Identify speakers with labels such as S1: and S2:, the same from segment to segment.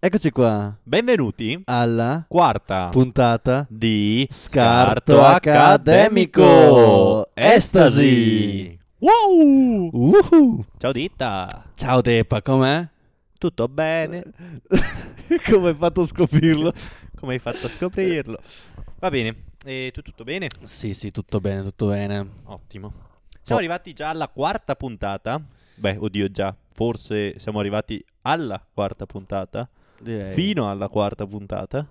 S1: Eccoci qua
S2: Benvenuti
S1: alla
S2: quarta
S1: puntata
S2: di
S1: Scarto Accademico. Estasi.
S2: Wow!
S1: Uhu.
S2: Ciao Ditta!
S1: Ciao Depa, com'è?
S2: Tutto bene?
S1: Come hai fatto a scoprirlo?
S2: Come hai fatto a scoprirlo? Va bene, e tu tutto bene?
S1: Sì, sì, tutto bene, tutto bene.
S2: Ottimo. Siamo
S1: Oh.
S2: arrivati già alla quarta puntata. Beh, oddio già, forse siamo arrivati alla quarta puntata.
S1: Direi.
S2: Fino alla quarta puntata.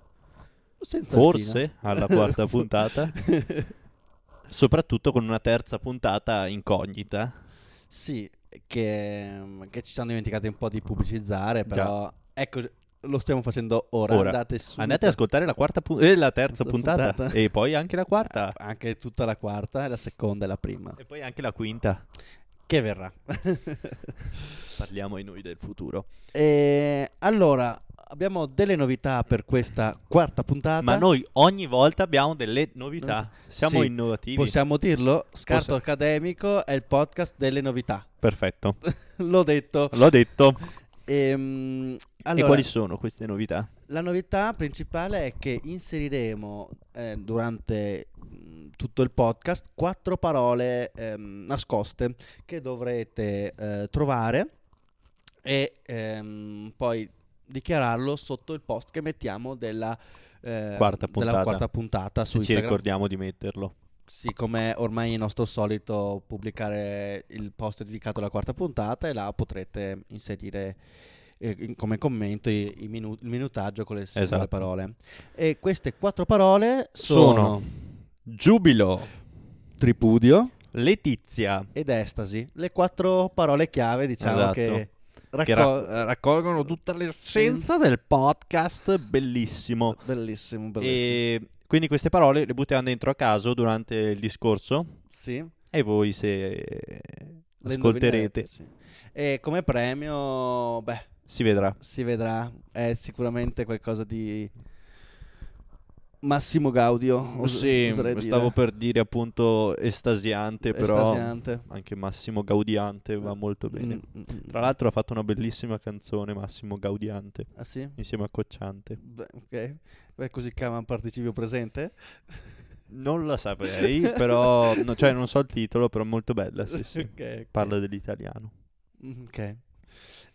S1: Senza
S2: Forse
S1: fine.
S2: alla quarta puntata. Soprattutto con una terza puntata incognita.
S1: sì, che, che ci siamo dimenticati un po' di pubblicizzare, però ecco, lo stiamo facendo ora.
S2: Ora.
S1: Andate su.
S2: Andate ad ascoltare la quarta pun- eh, la terza
S1: Terza
S2: puntata.
S1: puntata.
S2: e poi anche la quarta
S1: Eh, Anche tutta la quarta e la seconda e la prima.
S2: e poi anche la quinta.
S1: Che verrà.
S2: Parliamo ai noi del futuro.
S1: E Eh, allora, abbiamo delle novità per questa quarta puntata.
S2: Ma noi ogni volta abbiamo delle novità. Siamo
S1: Sì.
S2: innovativi.
S1: possiamo dirlo? Scarto
S2: Possi-
S1: Accademico è il podcast delle novità.
S2: Perfetto.
S1: L'ho detto.
S2: L'ho detto.
S1: Ehm,
S2: e
S1: allora,
S2: quali sono queste novità?
S1: la novità principale è che inseriremo eh, durante mh, tutto il podcast quattro parole ehm, nascoste che dovrete eh, trovare e ehm, poi dichiararlo sotto il post che mettiamo della, eh,
S2: Quarta
S1: della
S2: puntata.
S1: quarta puntata su
S2: Se ci
S1: Instagram.
S2: ricordiamo di metterlo.
S1: Sì, come ormai è il nostro solito pubblicare il post dedicato alla quarta puntata e là potrete inserire eh, in- come commento i- i minu- il minutaggio con le singole
S2: Esatto.
S1: parole. E queste quattro parole sono,
S2: Giubilo,
S1: tripudio
S2: Letizia,
S1: ed estasi, le quattro parole chiave diciamo
S2: Esatto.
S1: che,
S2: che
S1: racco-
S2: ra- raccolgono tutta l'essenza del podcast. Bellissimo.
S1: Bellissimo, bellissimo.
S2: E quindi queste parole le buttiamo dentro a caso durante il discorso
S1: Sì.
S2: e voi se
S1: le
S2: ascolterete
S1: indovinerete, sì. E come premio, beh,
S2: si vedrà.
S1: si vedrà. È sicuramente qualcosa di Massimo Gaudio. os-
S2: sì,
S1: oserei
S2: stavo
S1: dire.
S2: per dire appunto estasiante, però
S1: Estasiante.
S2: anche Massimo Gaudiante va molto bene.
S1: Mm, mm, mm.
S2: Tra l'altro ha fatto una bellissima canzone Massimo Gaudiante
S1: Ah sì?
S2: insieme a Cocciante.
S1: Beh, ok. Beh, così chiama un participio presente?
S2: Non la saprei, però no, cioè non so il titolo, però molto bella, sì, sì.
S1: Ok, ok.
S2: Parla dell'italiano.
S1: Mm, Ok.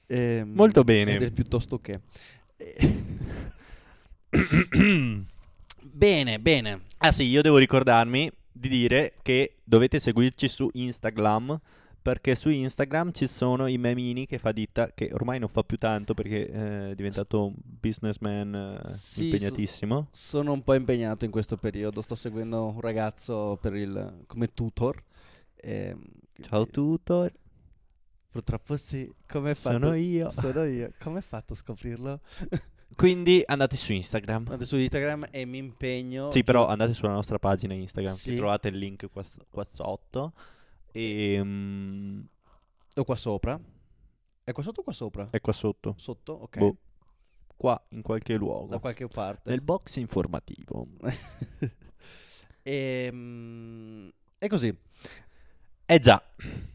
S1: Ehm,
S2: Molto bene.
S1: è del piuttosto che. Eh, bene, bene.
S2: Ah sì, io devo ricordarmi di dire che dovete seguirci su Instagram perché su Instagram ci sono i memini che fa ditta che ormai non fa più tanto perché eh, è diventato un businessman eh,
S1: Sì,
S2: impegnatissimo.
S1: Sono un po' impegnato in questo periodo. Sto seguendo un ragazzo per il, come tutor. Ehm,
S2: Ciao
S1: quindi-
S2: tutor,
S1: Purtroppo sì, come hai fatto?
S2: sono io.
S1: Sono io. Come hai fatto a scoprirlo?
S2: Quindi andate su Instagram.
S1: Andate su Instagram e mi impegno.
S2: Sì, però
S1: giuro-
S2: andate sulla nostra pagina Instagram,
S1: Sì.
S2: ci trovate il link qua, s- qua sotto. E, mm,
S1: O qua sopra? È qua sotto o qua sopra?
S2: è qua sotto,
S1: Sotto? Ok.
S2: Boh. qua in qualche
S1: Da
S2: luogo.
S1: qualche parte.
S2: Nel box informativo.
S1: Ehm, E così.
S2: Eh già,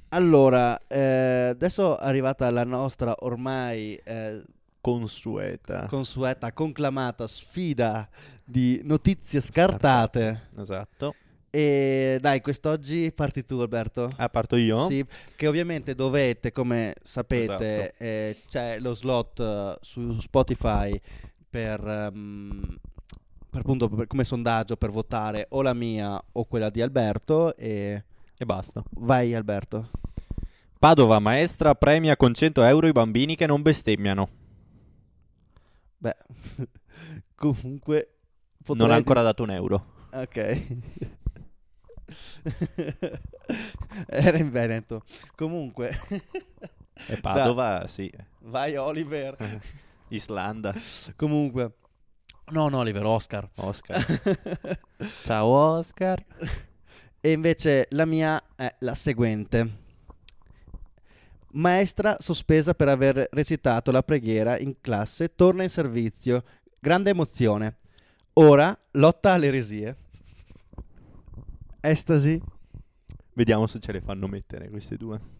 S1: Allora, eh, adesso è arrivata la nostra ormai eh,
S2: consueta.
S1: consueta, conclamata sfida di notizie scartate.
S2: Esatto.
S1: E dai, quest'oggi parti tu, Alberto.
S2: Ah, parto io?
S1: Sì, che ovviamente dovete, come sapete,
S2: Esatto.
S1: eh, c'è lo slot eh, su Spotify per, ehm, per appunto per- come sondaggio per votare o la mia o quella di Alberto. E
S2: E basta.
S1: vai, Alberto.
S2: Padova, maestra premia con 100 euro i bambini che non bestemmiano.
S1: Beh, comunque.
S2: non ha
S1: potrei
S2: ancora dato un euro.
S1: di- Ok. Era in Veneto. Comunque,
S2: E Padova, sì.
S1: vai, Oliver.
S2: Islanda,
S1: Comunque, Oh, no, no, Oliver, Oscar.
S2: Oscar. Ciao Oscar.
S1: E invece la mia è la seguente. Maestra sospesa per aver recitato la preghiera in classe, torna in servizio. Grande emozione. Ora lotta alle eresie. Estasi.
S2: Vediamo se ce le fanno mettere queste due.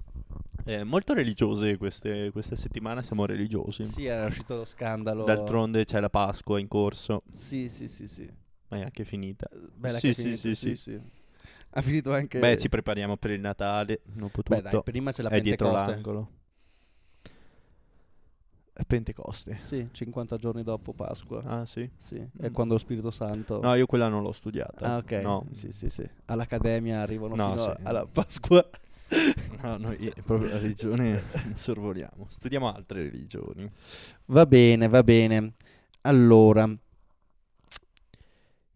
S2: Eh, molto religiose queste, questa settimana, siamo religiosi.
S1: Sì, era uscito lo scandalo.
S2: D'altronde c'è la Pasqua in corso,
S1: Sì, sì, sì, sì.
S2: ma è anche finita.
S1: Bella
S2: Sì,
S1: che è
S2: sì,
S1: finito,
S2: sì, sì.
S1: Ha finito anche...
S2: Beh, ci prepariamo per il Natale, dopo tutto.
S1: Beh, dai, prima c'è la
S2: è dietro
S1: Pentecoste.
S2: l'angolo. È Pentecoste.
S1: Sì, 50 giorni dopo Pasqua.
S2: Ah, sì.
S1: Sì, è
S2: Mm.
S1: quando lo Spirito Santo...
S2: No, io quella non l'ho studiata.
S1: Ah, ok.
S2: Esatto. No,
S1: Sì, sì, sì. All'Accademia arrivano
S2: No,
S1: fino
S2: sì.
S1: alla Pasqua.
S2: no noi proprio la religione sorvoliamo. Studiamo altre religioni.
S1: Va bene, va bene. Allora,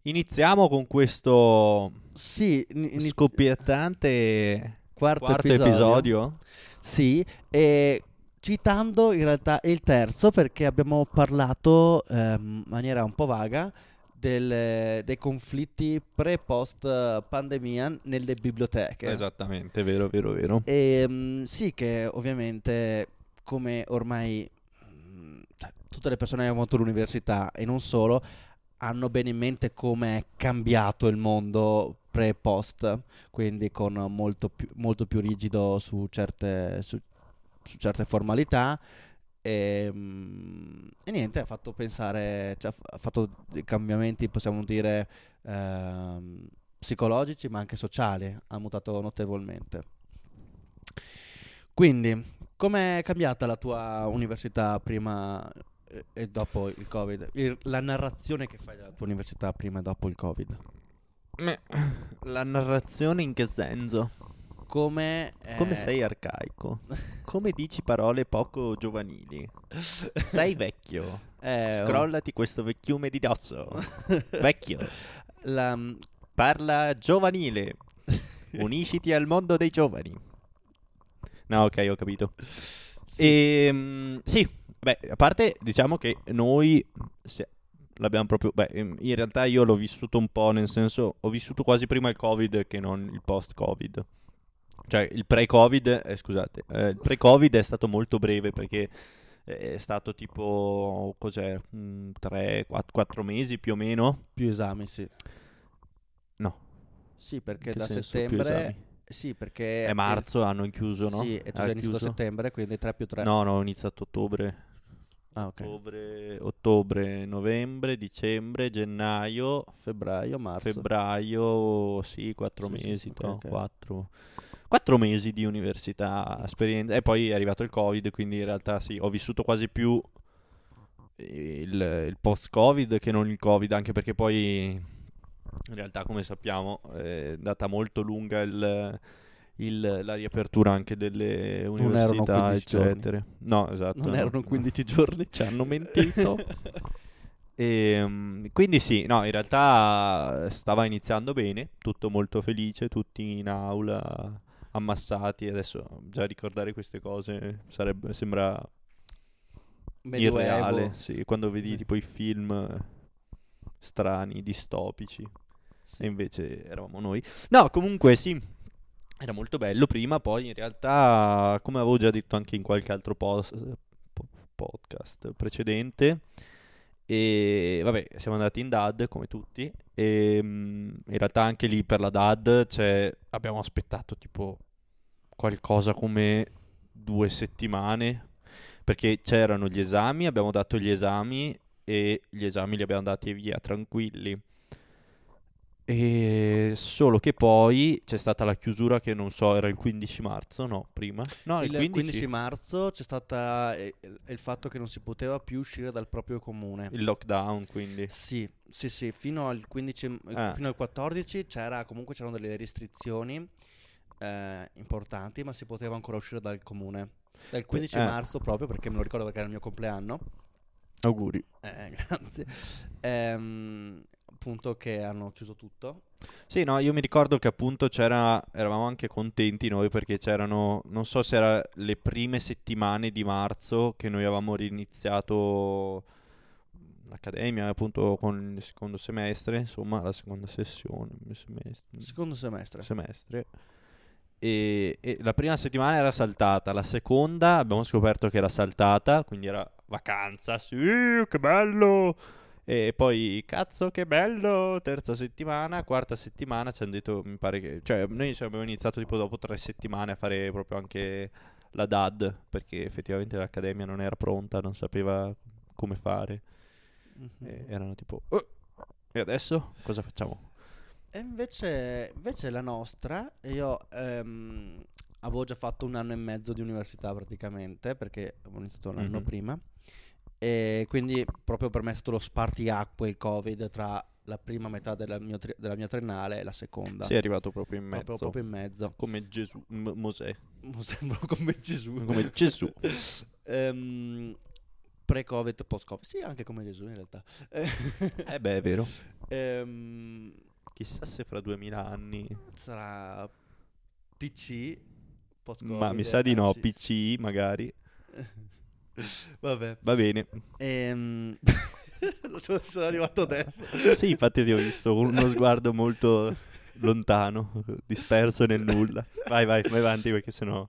S2: Iniziamo con questo
S1: sì, in- iniz-
S2: scoppiettante
S1: quarto,
S2: quarto episodio.
S1: Sì, e citando in realtà il terzo perché abbiamo parlato ehm, in maniera un po' vaga del- dei conflitti pre-post eh, pandemia nelle biblioteche.
S2: Esatto. Esattamente, vero, vero, vero.
S1: E, mm, sì, che ovviamente come ormai mm, cioè, tutte le persone che hanno avuto l'università e non solo hanno bene in mente come è cambiato il mondo pre e post, quindi con molto più, molto più rigido su certe, su- su certe formalità. E, mm, e niente, ha fatto pensare, cioè, ha fatto dei cambiamenti, possiamo dire, ehm, psicologici ma anche sociali, ha mutato notevolmente. Quindi, com'è cambiata la tua università prima e- e dopo il Covid? Il- la narrazione che fai della tua università prima e dopo il Covid?
S2: La narrazione in che senso?
S1: Come, eh,
S2: Come sei arcaico? Come dici parole poco giovanili? Sei vecchio.
S1: Eh, oh.
S2: Scrollati questo vecchiume di dosso. Vecchio.
S1: La-
S2: Parla giovanile. Unisciti al mondo dei giovani. No, ok, ho capito.
S1: sì,
S2: Ehm, Sì, beh, a parte diciamo che noi se- l'abbiamo proprio... Beh, in in realtà io l'ho vissuto un po', nel senso, ho vissuto quasi prima il Covid che non il post-Covid. Cioè, il pre-Covid, eh, scusate, eh, il pre-Covid è stato molto breve perché eh, è stato tipo, cos'è, Mm, 3, 4 mesi più o meno?
S1: più esami, sì.
S2: No,
S1: Sì, perché
S2: in che
S1: da
S2: senso più
S1: settembre...
S2: esami?
S1: Sì, perché...
S2: È marzo, hanno chiuso, no?
S1: Sì, e tu
S2: Ha
S1: sei iniziato a
S2: chiuso?
S1: settembre, quindi 3 più 3.
S2: No, Oh. no, ho iniziato ottobre.
S1: Ah, ok.
S2: Ottobre, ottobre, novembre, dicembre, gennaio,
S1: Febbraio, marzo.
S2: febbraio, sì, quattro
S1: Sì, sì,
S2: mesi,
S1: ok,
S2: to,
S1: ok.
S2: Quattro, quattro mesi di università, esperienza. E poi è arrivato il Covid, quindi in realtà sì, ho vissuto quasi più il, il post-Covid che non il Covid, anche perché poi in realtà, come sappiamo, è andata molto lunga il- il- la riapertura anche delle
S1: Non erano
S2: università,
S1: 15 giorni.
S2: eccetera. No, esatto.
S1: Non
S2: no.
S1: erano 15 giorni.
S2: Ci hanno mentito. E, mm, quindi sì, no, in realtà stava iniziando bene, tutto molto felice, tutti in aula, ammassati. Adesso già ricordare queste cose sarebbe, sembra
S1: Medioevo.
S2: irreale, sì, quando vedi
S1: Sì.
S2: tipo i film strani, distopici,
S1: Sì.
S2: e invece eravamo noi. No, comunque sì, era molto bello prima, poi in realtà, come avevo già detto anche in qualche altro pos- po- podcast precedente, e vabbè, siamo andati in DAD come tutti, e mm, in realtà anche lì per la DAD cioè, abbiamo aspettato tipo qualcosa come due settimane, perché c'erano gli esami, abbiamo dato gli esami e gli esami li abbiamo dati via tranquilli. E solo che poi c'è stata la chiusura che non so, era il 15 marzo, no, prima? No, il,
S1: Il 15 marzo c'è stato il fatto che non si poteva più uscire dal proprio comune.
S2: il lockdown, quindi.
S1: Sì, sì, sì, fino al 15,
S2: Ah.
S1: fino al 14 c'era, comunque c'erano delle restrizioni eh, importanti, ma si poteva ancora uscire dal comune. Dal 15
S2: Eh.
S1: marzo proprio, perché me lo ricordo perché era il mio compleanno.
S2: Auguri.
S1: Eh, grazie. Ehm, appunto che hanno chiuso tutto.
S2: Sì, no, io mi ricordo che appunto c'era, eravamo anche contenti noi perché c'erano, non so se era le prime settimane di marzo che noi avevamo riniziato l'accademia appunto con il secondo semestre, insomma la seconda sessione, il semestre,
S1: Secondo semestre.
S2: semestre. E, e la prima settimana era saltata, la seconda abbiamo scoperto che era saltata, quindi era vacanza, sì, che bello! E poi, cazzo, che bello! Terza settimana, quarta settimana ci hanno detto, mi pare che... Cioè, noi ci abbiamo iniziato tipo dopo tre settimane a fare proprio anche la DAD, perché effettivamente l'accademia non era pronta, non sapeva come fare.
S1: Mhm.
S2: E
S1: Mm.
S2: erano tipo, "Oh, e adesso cosa facciamo?
S1: E invece, invece la nostra, io ehm, avevo già fatto un anno e mezzo di università praticamente, perché avevo iniziato un anno
S2: Mhm.
S1: prima, e quindi proprio per me è stato lo spartiacque il Covid tra la prima metà della, mio tri- della mia triennale e la seconda.
S2: Sei arrivato proprio in mezzo,
S1: Proprio, proprio in mezzo.
S2: come Gesù, M- Mosè,
S1: Sembra come Gesù.
S2: come Gesù.
S1: Ehm, pre-Covid, post-Covid. Sì, anche come Gesù in realtà.
S2: Eh beh, è vero.
S1: Ehm,
S2: Chissà se fra 2000 anni...
S1: sarà PC, post-Covid.
S2: Ma mi sa di no,
S1: anzi-
S2: PCI magari.
S1: Vabbè.
S2: Va bene.
S1: Ehm... non so se sono arrivato adesso.
S2: Sì, infatti ti ho visto con uno sguardo molto lontano, disperso nel nulla. Vai, vai, vai avanti perché sennò...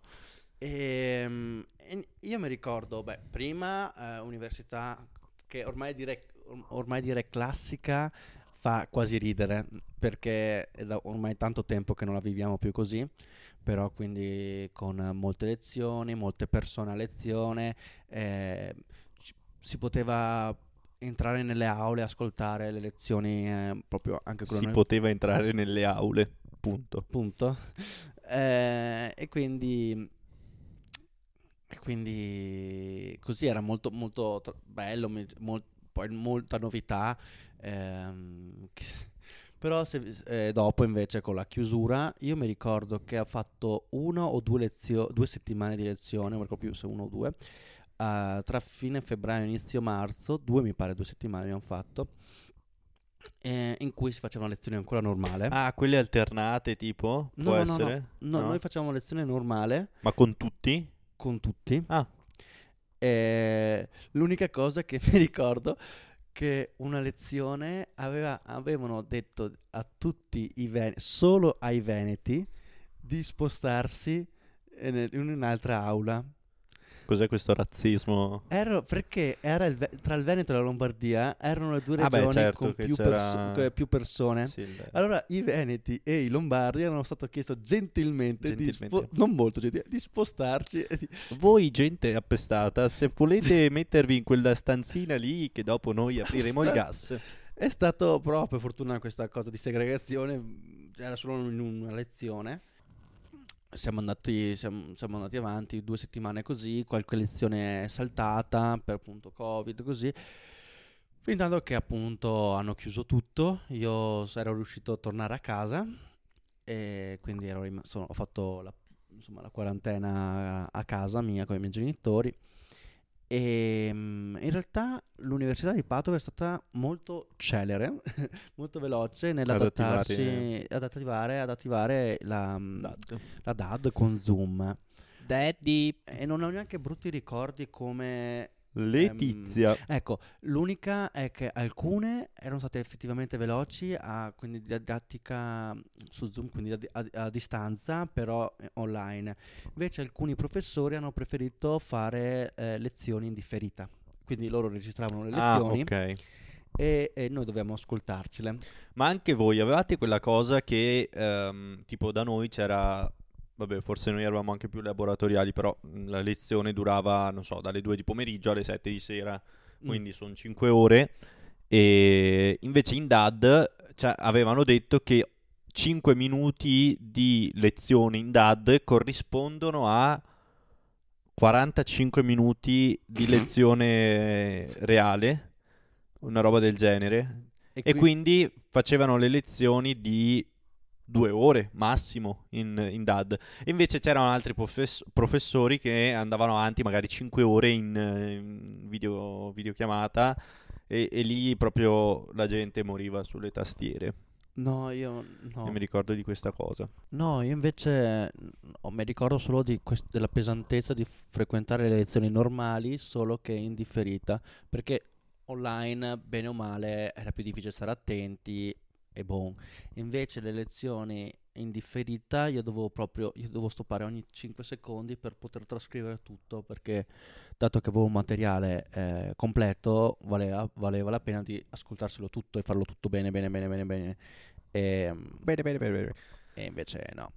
S1: Ehm, e io mi ricordo, beh, prima eh, università, che ormai dire, ormai dire classica fa quasi ridere, perché è da ormai tanto tempo che non la viviamo più così, però quindi con eh, molte lezioni, molte persone a lezione, eh, ci- si poteva entrare nelle aule, ascoltare le lezioni, eh, proprio anche quelle
S2: si
S1: nel-
S2: poteva entrare nelle aule, punto.
S1: punto. Eh, e quindi. E quindi così era molto, molto tra- bello, mi- mol- poi molta novità. ehm, chi se- però se- eh, dopo invece con la chiusura, io mi ricordo che ho fatto una o due, lezio- due settimane di lezione, non mi ricordo più se uno o due, eh, tra fine febbraio e inizio marzo, due mi pare due settimane abbiamo fatto, eh, in cui si faceva una lezione ancora normale.
S2: Ah, quelle alternate tipo?
S1: Eh? No,
S2: Può
S1: no, no, no.
S2: essere?
S1: No,
S2: No?
S1: noi facciamo lezione normale
S2: Ma con tutti?
S1: con tutti.
S2: Ah.
S1: E l'unica cosa che mi ricordo che una lezione aveva- avevano detto a tutti i veneti, solo ai veneti, di spostarsi eh, nel- in un'altra aula.
S2: Cos'è questo razzismo?
S1: Ero- perché era il Ve- tra il Veneto e la Lombardia erano le due
S2: Ah beh,
S1: regioni
S2: certo
S1: con
S2: che
S1: più,
S2: c'era-
S1: perso- con più persone.
S2: Sì, il-
S1: Allora i Veneti e i Lombardi erano stato chiesto gentilmente, Di
S2: Gentilmente.
S1: spo- non molto gentilmente, di spostarci e di-
S2: Voi gente appestata, se volete mettervi in quella stanzina lì che dopo noi apriremo il gas.
S1: È stato proprio per fortuna questa cosa di segregazione, mh, era solo in una lezione. Siamo andati, siamo, siamo andati avanti due settimane così, qualche lezione è saltata per appunto Covid, così. Fin tanto che appunto hanno chiuso tutto, io s- ero riuscito a tornare a casa e quindi ero rima- sono- ho fatto la, insomma, la quarantena a casa mia con i miei genitori. E mm, in realtà l'università di Padova è stata molto celere, molto veloce
S2: Ad
S1: nell'adattarsi,
S2: attivare-
S1: ad attivare, ad attivare la, mm,
S2: Esatto.
S1: la DAD con Zoom.
S2: Daddy.
S1: E non ho neanche brutti ricordi come...
S2: Letizia.
S1: Ecco, l'unica è che alcune erano state effettivamente veloci, a, quindi didattica su Zoom, quindi a, di- a- a distanza, però eh, online. Invece alcuni professori hanno preferito fare eh, lezioni in differita. Quindi loro registravano le
S2: Ah,
S1: lezioni
S2: ok.
S1: e, e noi dovevamo ascoltarcele.
S2: Ma anche voi avevate quella cosa che ehm, tipo da noi c'era, vabbè, forse noi eravamo anche più laboratoriali, però mh, la lezione durava, non so, dalle 2 di pomeriggio alle 7 di sera,
S1: Mm.
S2: quindi sono 5 ore. E invece in DAD cioè, avevano detto che 5 minuti di lezione in DAD corrispondono a 45 minuti di lezione reale, una roba del genere. E,
S1: qui-
S2: quindi facevano le lezioni di due ore massimo in, in DAD. E invece c'erano altri profes- professori che andavano avanti magari cinque ore in, eh, in video- videochiamata e, e lì proprio la gente moriva sulle tastiere.
S1: No, io
S2: Io
S1: no.
S2: mi ricordo di questa cosa.
S1: No, io invece mm, no, mi ricordo solo di quest- della pesantezza di frequentare le lezioni normali, solo che in differita, perché online, bene o male, era più difficile stare attenti e buon. Invece le lezioni in differita io dovevo proprio, io dovevo stoppare ogni 5 secondi per poter trascrivere tutto, perché dato che avevo un materiale eh, completo, valeva, valeva la pena di ascoltarselo tutto e farlo tutto bene, bene, bene, bene, bene. Ehm, E,
S2: Bene, bene, bene.
S1: e invece no.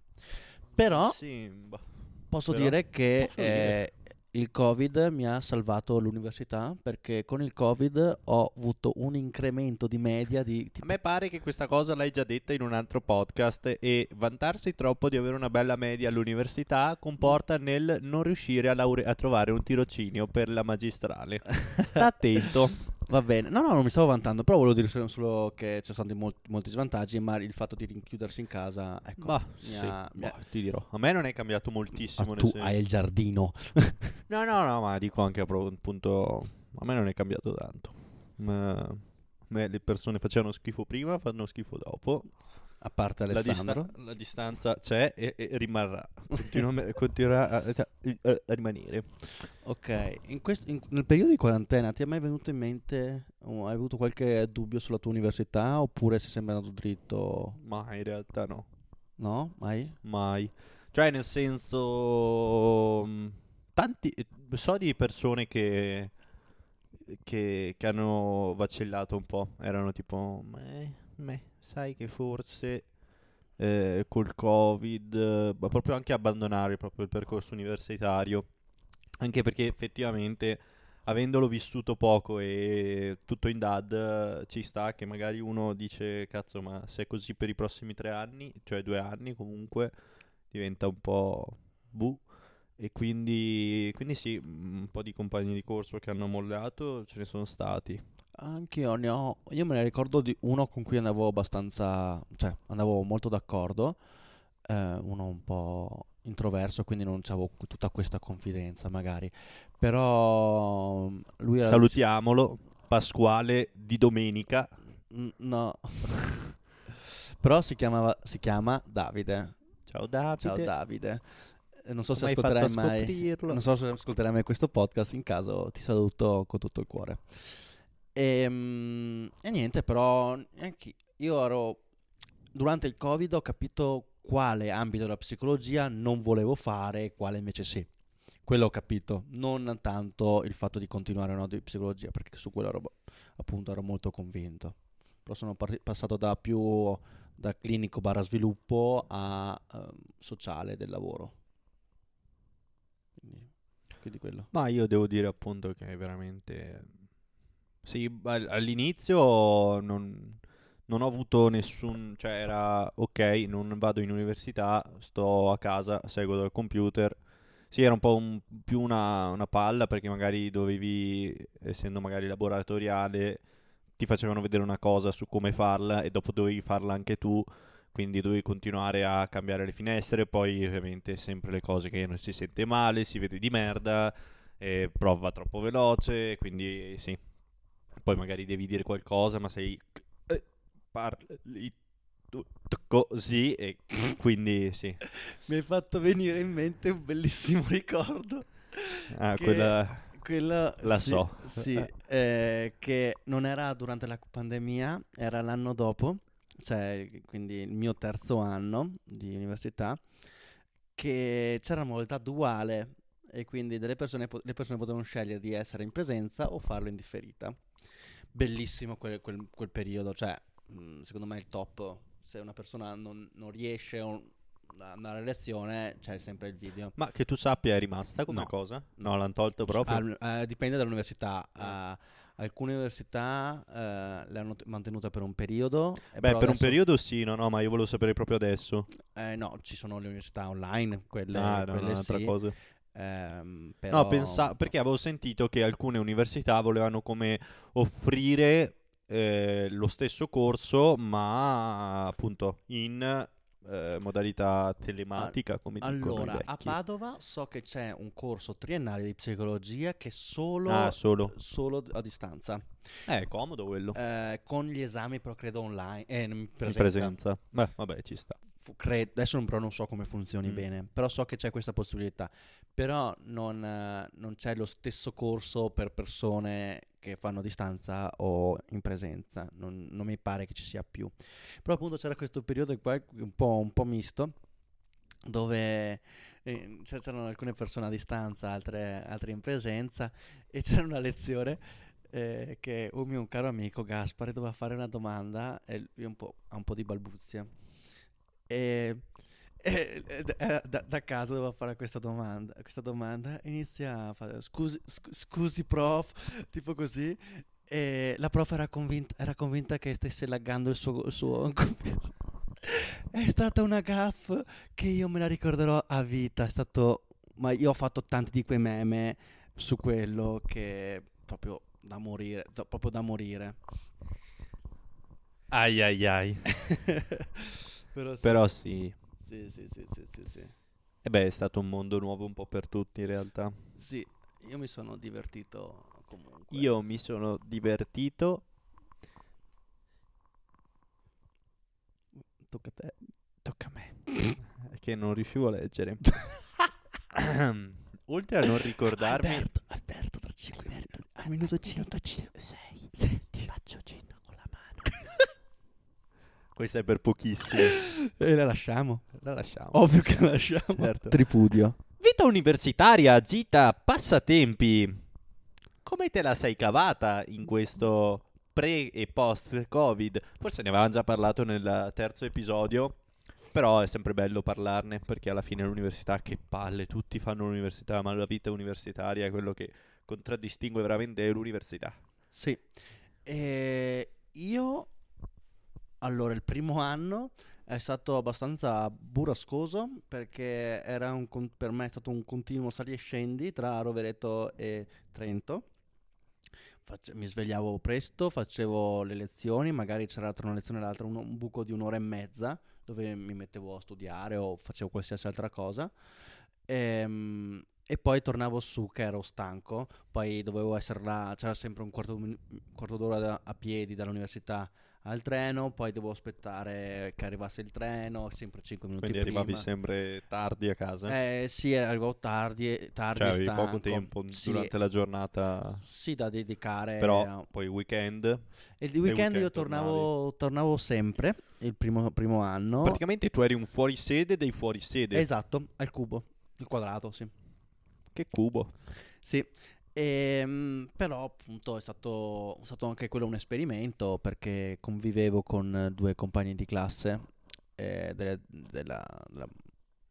S1: Però
S2: Sì, boh.
S1: posso
S2: Però
S1: dire che
S2: posso dire.
S1: eh, il Covid mi ha salvato l'università perché con il Covid ho avuto un incremento di media di
S2: A
S1: tipo,
S2: me pare che questa cosa l'hai già detta in un altro podcast e vantarsi troppo di avere una bella media all'università comporta nel non riuscire a, laure- a trovare un tirocinio per la magistrale. Sta attento.
S1: Va bene, no, no, non mi stavo vantando, però volevo dire solo- solo che ci sono stati mol- molti svantaggi, ma il fatto di rinchiudersi in casa, ecco,
S2: Bah,
S1: mi ha-
S2: sì,
S1: mi ha-
S2: bah, ti dirò. A me non è cambiato
S1: Ah,
S2: moltissimo. nel
S1: tu
S2: senso-
S1: hai il giardino.
S2: No, no, no, ma dico anche a pro- appunto. A me non è cambiato tanto. Ma- a me le persone facevano schifo prima, fanno schifo dopo.
S1: A parte
S2: La,
S1: Alessandro.
S2: dista- la distanza c'è e, e rimarrà. Continua- continuerà a, a- a rimanere.
S1: Ok, in questo- in- nel periodo di quarantena ti è mai venuto in mente, o hai avuto qualche dubbio sulla tua università oppure sei sempre andato dritto?
S2: Ma in realtà no,
S1: No? Mai?
S2: mai. Cioè, nel senso, mh, tanti so di persone che, che, che hanno vacillato un po'. Erano tipo, "Meh, meh, sai che forse eh, col Covid, eh, ma proprio anche abbandonare proprio il percorso universitario. Anche perché effettivamente, avendolo vissuto poco e tutto in dad, eh, ci sta che magari uno dice, cazzo, ma se è così per i prossimi tre anni, cioè due anni comunque, diventa un po' bu. E quindi, quindi sì, mm, un po' di compagni di corso che hanno mollato ce ne sono stati.
S1: Anche io ne ho, io me ne ricordo di uno con cui andavo abbastanza, cioè andavo molto d'accordo, eh, uno un po' introverso, quindi non avevo tutta questa confidenza magari, però mm, lui era...
S2: Salutiamolo, Pasquale di domenica.
S1: Mm, No, però si chiamava, si chiama Davide.
S2: Ciao Davide.
S1: Ciao Davide. Eh, Non so se
S2: Come hai fatto
S1: ascolterai
S2: a
S1: mai.
S2: scoprirlo?
S1: Non so se ascolterai mai questo podcast. In caso ti saluto con tutto il cuore. Ehm, E, niente, però anche io ero durante il Covid ho capito quale ambito della psicologia non volevo fare e quale invece sì. Quello ho capito, non tanto il fatto di continuare o no di psicologia, perché su quella roba appunto ero molto convinto. Però sono parti- passato da più da clinico barra sviluppo a ehm, sociale del lavoro. Quindi, quindi quello.
S2: Ma io devo dire appunto che veramente... Sì, al- all'inizio non, non ho avuto nessun... Cioè era ok, non vado in università, sto a casa, seguo dal computer. Sì, era un po' un- più una, una palla perché magari dovevi, essendo magari laboratoriale, ti facevano vedere una cosa su come farla e dopo dovevi farla anche tu. Quindi dovevi continuare a cambiare le finestre, poi ovviamente sempre le cose che non si sente male, si vede di merda, e prova troppo veloce, quindi sì. Poi magari devi dire qualcosa, ma sei... eh, Parli tutto così, e quindi sì.
S1: Mi hai fatto venire in mente un bellissimo ricordo.
S2: Ah,
S1: Che-
S2: quella...
S1: Quello
S2: La
S1: sì,
S2: so.
S1: sì, eh, che non era durante la pandemia, era l'anno dopo, cioè quindi il mio terzo anno di università, che c'era modalità duale e quindi delle persone, po- le persone potevano scegliere di essere in presenza o farlo in differita. Bellissimo quel, quel- quel periodo, cioè mh, secondo me è il top, se una persona non, non riesce o- ad andare a lezione c'è sempre il video.
S2: Ma che tu sappia è rimasta come
S1: No.
S2: cosa? No, l'hanno tolto proprio.
S1: Al- eh, dipende dall'università. eh, alcune università eh, l'hanno t- mantenuta per un periodo. eh, però
S2: Beh, per un
S1: adesso-
S2: periodo sì, no, no, ma io volevo sapere proprio adesso.
S1: eh, no, ci sono le università online, quelle,
S2: ah, no, no,
S1: quelle
S2: un'altra
S1: sì.
S2: cosa.
S1: ehm,
S2: No,
S1: però-
S2: pensa- perché avevo sentito che alcune università volevano come offrire eh, lo stesso corso, ma appunto in eh, modalità telematica, come dicono i
S1: Allora, a
S2: vecchi.
S1: Padova so che c'è un corso triennale di psicologia che solo,
S2: Ah, solo.
S1: solo a distanza,
S2: Eh, è comodo quello.
S1: eh, con gli esami però credo online, eh, in
S2: In
S1: presenza.
S2: presenza. Beh, vabbè, ci sta.
S1: fu- cre- adesso non, però non so come funzioni
S2: Mm.
S1: bene, però so che c'è questa possibilità, però non, eh, non c'è lo stesso corso per persone che fanno a distanza o in presenza, non, non mi pare che ci sia più. Però appunto c'era questo periodo qua un po', un po' misto, dove eh, c'er- c'erano alcune persone a distanza, altre, altre in presenza, e c'era una lezione eh, che un mio caro amico Gaspare doveva fare una domanda e lui un po', ha un po' di balbuzie. E, E, eh, da, da- da casa dovevo fare questa domanda. Questa domanda inizia a fare scusi, scu- scusi prof, tipo così. E la prof era convinta, era convinta che stesse laggando il suo, il suo computer. È stata una gaffe che io me la ricorderò a vita. È stato, ma io ho fatto tanti di quei meme su quello che proprio da morire, da- proprio da morire.
S2: Ai ai ai.
S1: Però sì.
S2: Però sì.
S1: Sì, sì, sì, sì, sì, sì.
S2: E beh, è stato un mondo nuovo un po' per tutti in realtà.
S1: Sì, io mi sono divertito comunque.
S2: Io mi sono divertito.
S1: Tocca a te.
S2: Tocca a me. che non riuscivo a leggere. Oltre a non ricordarmi...
S1: Alberto, Alberto, tra 5 minuti. Al minuto 5.
S2: 6.
S1: Senti.
S2: Faccio cenno con la mano. Questa è per pochissimo.
S1: E la lasciamo.
S2: La lasciamo.
S1: Ovvio che la lasciamo.
S2: Certo.
S1: Tripudio.
S2: Vita universitaria, gita, passatempi. Come te la sei cavata in questo pre e post Covid? Forse ne avevamo già parlato nel terzo episodio, però è sempre bello parlarne perché alla fine l'università che palle, tutti fanno l'università, ma la vita universitaria è quello che contraddistingue veramente l'università.
S1: Sì. E io allora il primo anno è stato abbastanza burrascoso perché era un con- per me è stato un continuo sali e scendi tra Rovereto e Trento. Face- mi svegliavo presto, facevo le lezioni, magari c'era tra una lezione e l'altra un, un buco di un'ora e mezza dove mi mettevo a studiare o facevo qualsiasi altra cosa. Ehm, e poi tornavo su che ero stanco, poi dovevo essere là, c'era sempre un quarto, min- quarto d'ora da- a piedi dall'università al treno, poi dovevo aspettare che arrivasse il treno, sempre 5 minuti
S2: Quindi
S1: prima.
S2: arrivavi sempre tardi a casa.
S1: Eh, sì, arrivavo tardi, e- tardi
S2: cioè,
S1: e
S2: avevi poco
S1: stanco.
S2: tempo
S1: Sì, Eh,
S2: durante la giornata,
S1: sì, da dedicare a-
S2: però poi weekend.
S1: E il weekend,
S2: weekend
S1: io tornavo, tornavo sempre, il primo, primo anno.
S2: Praticamente tu eri un fuorisede dei fuorisede.
S1: Esatto, al cubo, il quadrato, sì.
S2: Che cubo.
S1: Sì. Ehm, però appunto è stato, è stato anche quello un esperimento perché convivevo con eh, due compagni di classe eh, delle- della, della-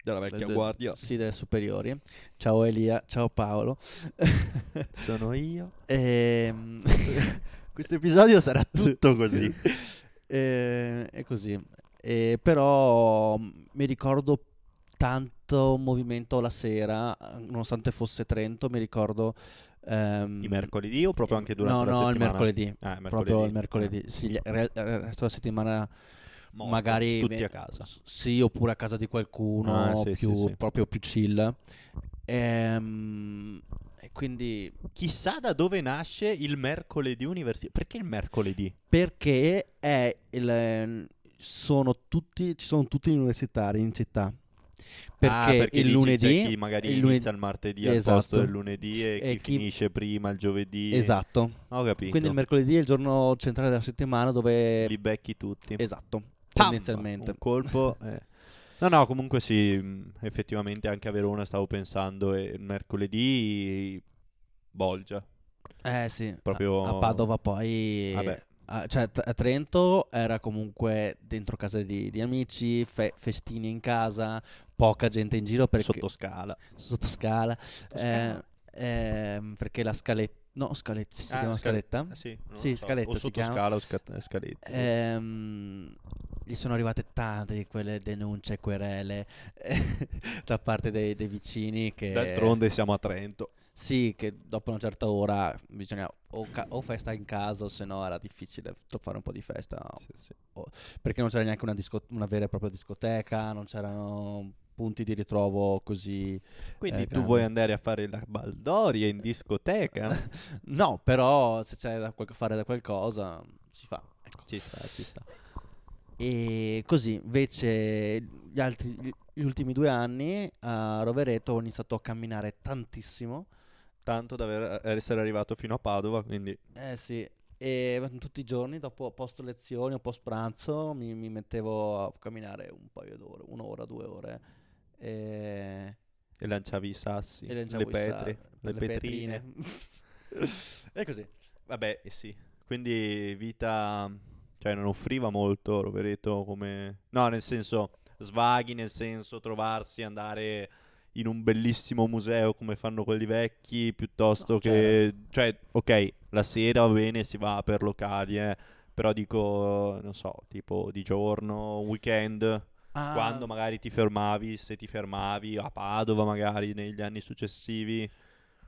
S2: Della vecchia
S1: de-
S2: guardia.
S1: sì, delle superiori. Ciao Elia, ciao Paolo.
S2: Sono io.
S1: Ehm,
S2: Questo episodio sarà tutto così.
S1: Eh, è così. Eh, però mh, mi ricordo tanto movimento la sera, eh, nonostante fosse Trento, mi ricordo... ehm,
S2: I mercoledì o proprio anche durante
S1: no,
S2: la
S1: no, il
S2: settimana?
S1: mercoledì.
S2: Ah, il mercoledì.
S1: Proprio il mercoledì. Sì, gli- re- il resto della settimana
S2: Morto,
S1: magari...
S2: Tutti
S1: ve-
S2: a casa.
S1: s- Sì, oppure a casa di qualcuno,
S2: Ah, sì, sì,
S1: più,
S2: sì.
S1: proprio più chill. Ehm, e quindi
S2: Chissà da dove nasce il mercoledì universitario. Perché il mercoledì?
S1: Perché è il- sono tutti, ci sono tutti gli universitari in città. Perché,
S2: Ah, perché
S1: il
S2: dici
S1: lunedì,
S2: c'è chi magari
S1: il
S2: inizia
S1: lunedì-
S2: il martedì al
S1: Esatto.
S2: posto del lunedì e,
S1: E
S2: chi,
S1: chi-
S2: finisce prima il giovedì.
S1: esatto.
S2: Ho capito.
S1: Quindi il mercoledì è il giorno centrale della settimana dove...
S2: Li becchi tutti.
S1: Esatto,
S2: Pam!
S1: tendenzialmente.
S2: Un colpo. eh. No, no, comunque sì, mh, effettivamente anche a Verona stavo pensando e il mercoledì Bolgia.
S1: Eh sì, a-
S2: Proprio-
S1: a, Padova poi...
S2: Vabbè,
S1: a- cioè, t- a Trento era comunque dentro case di, di amici, fe- festini in casa, poca gente in giro perché...
S2: sottoscala.
S1: sotto scala.
S2: scala.
S1: Eh, ehm, perché la scaletta. No, scaletta. Si
S2: Ah,
S1: chiama
S2: scale-
S1: scaletta.
S2: Ah, sì, non lo
S1: Sì,
S2: so.
S1: scaletta
S2: o
S1: si chiama.
S2: sottoscala o sca- scaletta.
S1: Ehm, gli sono arrivate tante di quelle denunce, querele eh, da parte dei, dei vicini che.
S2: D'altronde siamo a Trento.
S1: Sì, che dopo una certa ora bisogna o, ca- o festa in casa, o se no era difficile f- fare un po' di festa.
S2: Sì, sì.
S1: Perché non c'era neanche una, disco- una vera e propria discoteca, non c'erano punti di ritrovo così.
S2: Quindi
S1: Eh,
S2: tu
S1: grande.
S2: vuoi andare a fare la baldoria in discoteca?
S1: No, però se c'è da qual- fare da qualcosa si fa. Ecco.
S2: ci sta, ci sta.
S1: E così invece gli, altri, gli- gli ultimi due anni a Rovereto ho iniziato a camminare tantissimo.
S2: Tanto da aver- eh, essere arrivato fino a Padova, quindi
S1: Eh sì, e tutti i giorni dopo post lezioni o post pranzo mi, mi mettevo a camminare un paio d'ore, un'ora, due ore. E,
S2: e lanciavi i sassi,
S1: e lanciavo
S2: le
S1: i sa-
S2: pietre, le,
S1: le
S2: petrine.
S1: petrine. e così.
S2: Vabbè, eh sì. Quindi vita, cioè non offriva molto Rovereto come... No, nel senso, svaghi nel senso trovarsi, andare in un bellissimo museo come fanno quelli vecchi, piuttosto
S1: No, certo.
S2: che... Cioè, ok, la sera va bene, si va per locali, eh, però dico, non so, tipo di giorno, weekend,
S1: Ah,
S2: quando magari ti fermavi, se ti fermavi a Padova magari negli anni successivi.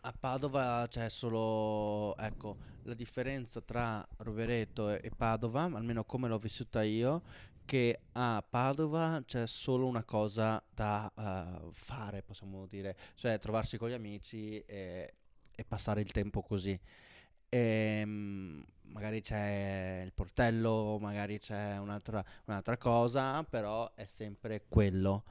S1: A Padova c'è solo, ecco, la differenza tra Rovereto e e Padova, almeno come l'ho vissuta io, che a Padova c'è solo una cosa da eh, fare, possiamo dire, cioè trovarsi con gli amici e, e passare il tempo così. Ehm, magari c'è il portello, magari c'è un'altra, un'altra cosa, però è sempre quello.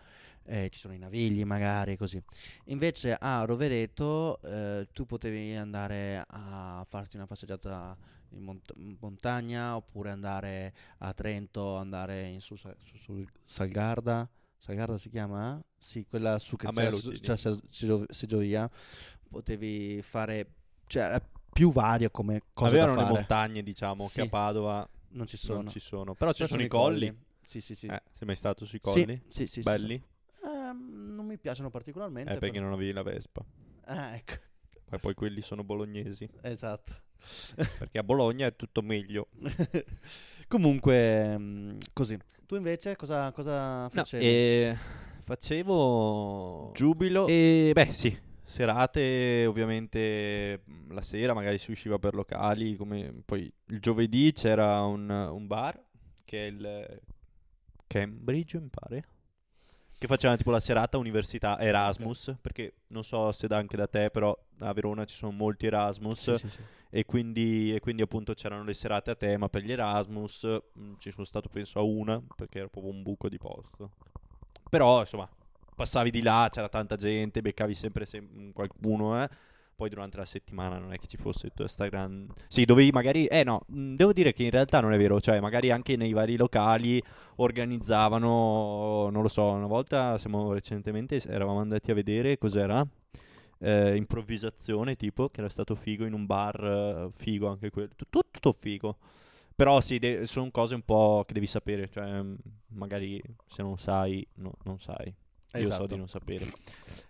S1: Eh, ci sono i navigli, magari così. Invece a Rovereto eh, tu potevi andare a farti una passeggiata in mont- in montagna oppure andare a Trento, andare in su, su- sul Salgarda. Salgarda si chiama? Sì, quella su che
S2: A
S1: c'è,
S2: Merluzzi,
S1: c'è Se- Segio- Seggiovia. Potevi fare, cioè era più vario come cosa
S2: Avevano
S1: da
S2: le
S1: fare.
S2: montagne, diciamo,
S1: Sì.
S2: che a Padova
S1: non ci sono.
S2: non ci sono. Però ci
S1: Però
S2: sono i colli.
S1: Sì, sì, sì.
S2: Eh, sei mai stato sui
S1: Sì,
S2: colli?
S1: sì, sì, sì,
S2: Belli?
S1: sì. Ehm, non mi piacciono particolarmente.
S2: Eh, perché
S1: però-
S2: non avevi la Vespa.
S1: Ah, ecco,
S2: Ma poi quelli sono bolognesi.
S1: esatto.
S2: Perché a Bologna è tutto meglio.
S1: Comunque, mm, così. Tu invece cosa, cosa
S2: No,
S1: facevi?
S2: eh, facevo
S1: Oh.
S2: giubilo e beh sì, serate ovviamente mh, la sera magari si usciva per locali, come poi il giovedì c'era un, un bar che è il Cambridge mi pare, che facevano tipo la serata università Erasmus, perché non so se da anche da te però a Verona ci sono molti Erasmus
S1: Sì, sì, sì.
S2: e quindi, e quindi appunto c'erano le serate a tema per gli Erasmus, mm, ci sono stato penso a una perché era proprio un buco di posto. Però insomma, passavi di là, c'era tanta gente, beccavi sempre sem- mm, qualcuno, eh. Poi durante la settimana non è che ci fosse tutta sta gran... Sì, dovevi magari... Eh no, mm, devo dire che in realtà non è vero, cioè magari anche nei vari locali organizzavano, non lo so, una volta siamo recentemente, eravamo andati a vedere cos'era, eh, improvvisazione tipo che era stato figo in un bar eh, figo anche quello Tut- tutto, figo però sì de- sono cose un po' che devi sapere cioè mm, magari se non sai no- non sai io so
S1: Esatto.
S2: di non sapere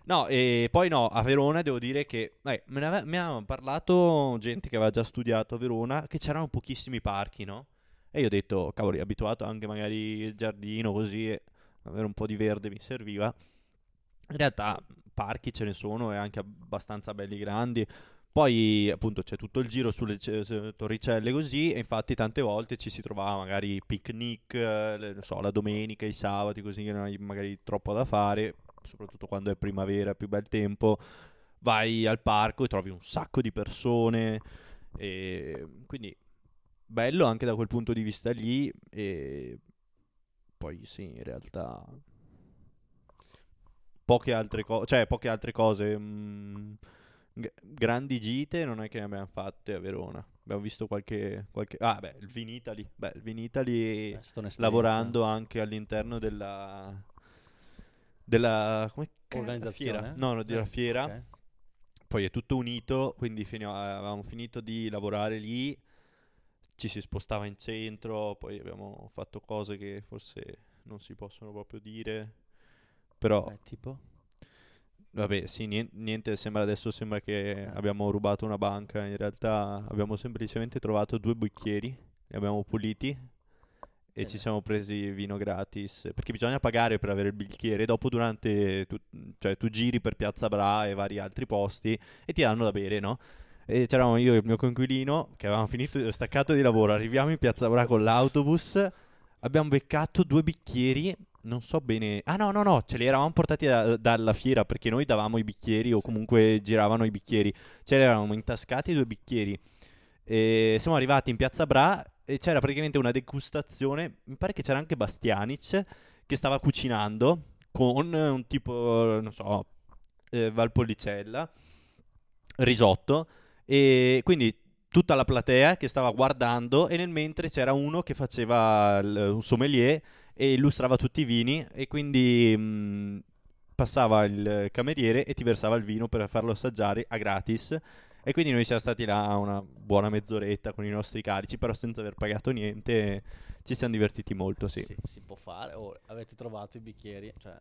S2: no e poi no a Verona devo dire che eh, me ne ave- mi hanno parlato gente che aveva già studiato a Verona che c'erano pochissimi parchi no e io ho detto cavoli abituato anche magari il giardino così e avere un po' di verde mi serviva in realtà parchi ce ne sono e anche abbastanza belli grandi. Poi appunto c'è tutto il giro sulle ce- su- torricelle così e infatti tante volte ci si trovava magari picnic, eh, le- non so, la domenica, i sabati così che non hai magari troppo da fare, soprattutto quando è primavera, più bel tempo, vai al parco e trovi un sacco di persone e quindi bello anche da quel punto di vista lì e poi sì, in realtà poche altre cose, cioè poche altre cose. mm, g- grandi gite non è che ne abbiamo fatte a Verona. Abbiamo visto qualche, qualche... Ah beh, il Vinitali. Beh, il Vinitali
S1: È stata un'esperienza.
S2: lavorando anche all'interno della... Della... Come ca-
S1: Organizzazione? Eh.
S2: Fiera. No, no, della
S1: Ok.
S2: fiera. Poi è tutto unito, quindi fino a- avevamo finito di lavorare lì, ci si spostava in centro, poi abbiamo fatto cose che forse non si possono proprio dire, però...
S1: Eh, tipo?
S2: Vabbè, sì, nien- niente, sembra adesso sembra che
S1: Ah.
S2: abbiamo rubato una banca, in realtà abbiamo semplicemente trovato due bicchieri, li abbiamo puliti e
S1: Eh
S2: ci
S1: beh.
S2: siamo presi vino gratis, perché bisogna pagare per avere il bicchiere, dopo durante, tu, cioè tu giri per Piazza Bra e vari altri posti e ti danno da bere, no? E c'eravamo io e il mio coinquilino che avevamo finito, staccato di lavoro, arriviamo in Piazza Bra con l'autobus, abbiamo beccato due bicchieri non so bene. Ah, no, no, no, ce li eravamo portati da- dalla fiera perché noi davamo i bicchieri o
S1: Sì.
S2: comunque giravano i bicchieri. Ce li eravamo intascati due bicchieri. E siamo arrivati in piazza Bra e c'era praticamente una degustazione. Mi pare che c'era anche Bastianic che stava cucinando con eh, un tipo, non so, eh, Valpolicella, risotto. E quindi tutta la platea che stava guardando e nel mentre c'era uno che faceva il- un sommelier e illustrava tutti i vini e quindi mm, mh, passava il cameriere e ti versava il vino per farlo assaggiare a gratis E quindi noi siamo stati là una buona mezz'oretta con i nostri carici, però senza aver pagato niente. Ci siamo divertiti molto, sì.
S1: si può fare. Oh, avete trovato i bicchieri? Cioè,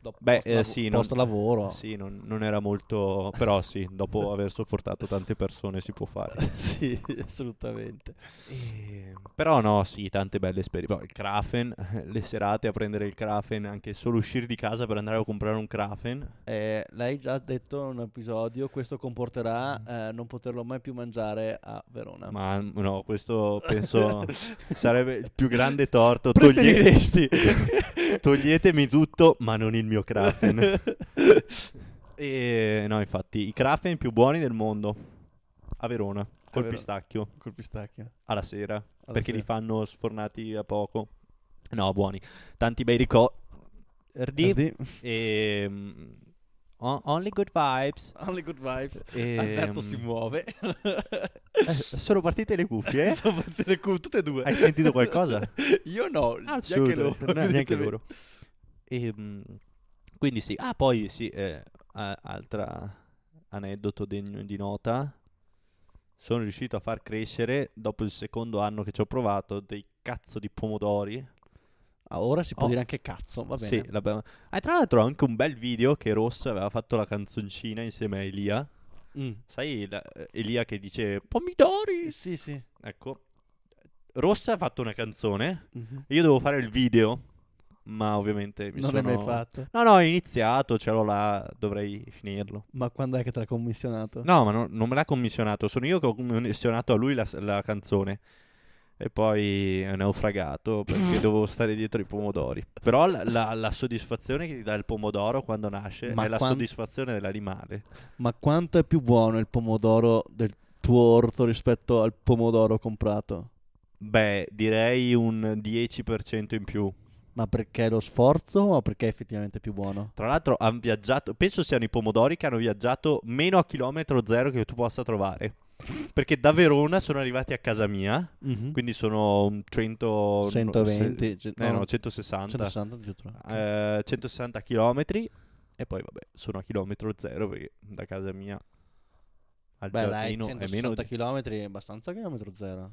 S1: dopo
S2: Beh, eh, sì, non-
S1: lavoro.
S2: Sì, non, non era molto... Però sì, dopo aver sopportato tante persone si può fare.
S1: sì, assolutamente.
S2: E-
S1: Ehm,
S2: Però no, sì, tante belle esperienze. Poi Il Krafen, le serate a prendere il Krafen, anche solo uscire di casa per andare a comprare un Krafen.
S1: Eh, lei già ha detto in un episodio, questo comporterà eh, non poterlo mai più mangiare a Verona.
S2: Mm. Ma no, questo penso sarebbe il più grande torto. Togliere...
S1: Preferiresti?
S2: Toglietemi tutto, ma non il mio Kraken. e no, infatti, i Kraken più buoni del mondo a Verona col
S1: Verona.
S2: pistacchio
S1: Col pistacchio.
S2: alla sera perché
S1: sera.
S2: li fanno sfornati a poco. No, buoni. Tanti bei ricordi
S1: Guardi.
S2: e mm, o- only good vibes.
S1: Only good vibes.
S2: E,
S1: Alberto
S2: mm,
S1: si muove.
S2: eh, sono partite le cuffie. eh?
S1: Sono partite le cu- tutte e due.
S2: Hai sentito qualcosa?
S1: Io no, neanche
S2: Assolutamente,
S1: loro.
S2: no, neanche
S1: evidentemente.
S2: loro. E, mm, quindi sì, ah poi sì, eh, a- altra aneddoto degno di nota, sono riuscito a far crescere dopo il secondo anno che ci ho provato dei cazzo di pomodori.
S1: Ah, ora si può
S2: Oh.
S1: dire anche cazzo, va bene.
S2: Sì, l'abbiamo- Ah, tra l'altro ho anche un bel video che Rosso aveva fatto la canzoncina insieme a Elia.
S1: Mm.
S2: Sai la- eh, Elia che dice pomidori?
S1: Sì, sì.
S2: Ecco, Rossa ha fatto una canzone,
S1: Mhm.
S2: io devo fare il video, ma ovviamente mi
S1: Non
S2: sono...
S1: l'hai mai fatto.
S2: No, no, ho iniziato, ce l'ho là, dovrei finirlo.
S1: Ma quando è che te l'ha commissionato?
S2: No, ma no- non me l'ha commissionato, sono io che ho commissionato a lui la, la canzone. E poi è un naufragato perché dovevo stare dietro i pomodori. Però la, la- la soddisfazione che ti dà il pomodoro quando nasce
S1: Ma
S2: è la
S1: quan-
S2: soddisfazione dell'animale.
S1: Ma quanto è più buono il pomodoro del tuo orto rispetto al pomodoro comprato?
S2: Beh, direi un 10% in più.
S1: Ma perché lo sforzo o perché è effettivamente più buono?
S2: Tra l'altro hanno viaggiato, penso siano i pomodori che hanno viaggiato meno a chilometro zero che tu possa trovare. Perché da Verona sono arrivati a casa mia.
S1: Quindi
S2: Mhm. Quindi sono un 100, no,
S1: 120,
S2: se-
S1: ce-
S2: eh,
S1: no,
S2: no, 160,
S1: 160 addirittura.
S2: eh, 160 chilometri e poi vabbè, sono a chilometro zero perché da casa mia al
S1: Beh, dai,
S2: giardino è meno
S1: 160
S2: di-
S1: km è abbastanza chilometro zero.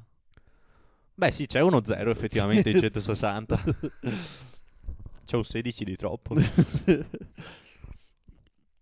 S2: Beh, sì, c'è uno zero effettivamente in
S1: Sì.
S2: 160. C'è un 16 di troppo.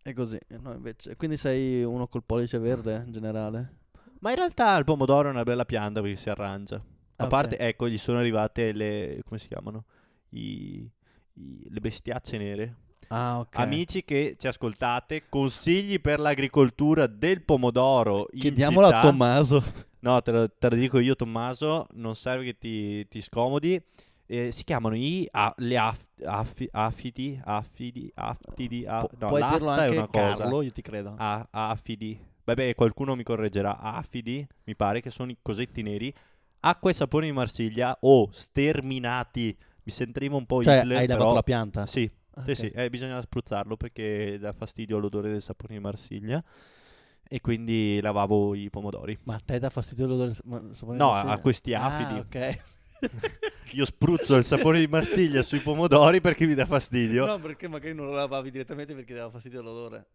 S1: È così. No, invece. Quindi sei uno col pollice verde in generale?
S2: Ma in realtà il pomodoro è una bella pianta perché si arrangia. A
S1: Ah, ok.
S2: parte, ecco, gli sono arrivate le come si chiamano? I- i- le bestiacce nere.
S1: Ah, ok.
S2: Amici che ci ascoltate, consigli per l'agricoltura del pomodoro in
S1: Chiediamolo
S2: città.
S1: a Tommaso.
S2: No, te lo, te lo dico io Tommaso, non serve che ti, ti scomodi. Eh, si chiamano i, a- le af, affi- affidi, affidi, affidi, a-
S1: Pu-
S2: no,
S1: Puoi dirlo
S2: l'afta è
S1: anche
S2: una cosa.
S1: Carlo, io ti credo.
S2: A- afidi, vabbè qualcuno mi correggerà, afidi mi pare che sono i cosetti neri, acqua e sapone di Marsiglia o sterminati, mi sentivo un po'
S1: cioè,
S2: Hitler,
S1: hai lavato
S2: però-
S1: la pianta?
S2: Sì,
S1: Ah,
S2: sì,
S1: ok.
S2: sì, eh, bisogna spruzzarlo perché dà fastidio all'odore del sapone di Marsiglia. E quindi lavavo i pomodori.
S1: Ma a te dà fastidio l'odore del sapone di
S2: No,
S1: Marsiglia?
S2: a questi
S1: Ah,
S2: afidi.
S1: ok.
S2: Io spruzzo il sapone di Marsiglia sui pomodori perché mi dà fastidio.
S1: No, perché magari non lo lavavi direttamente perché dava fastidio l'odore.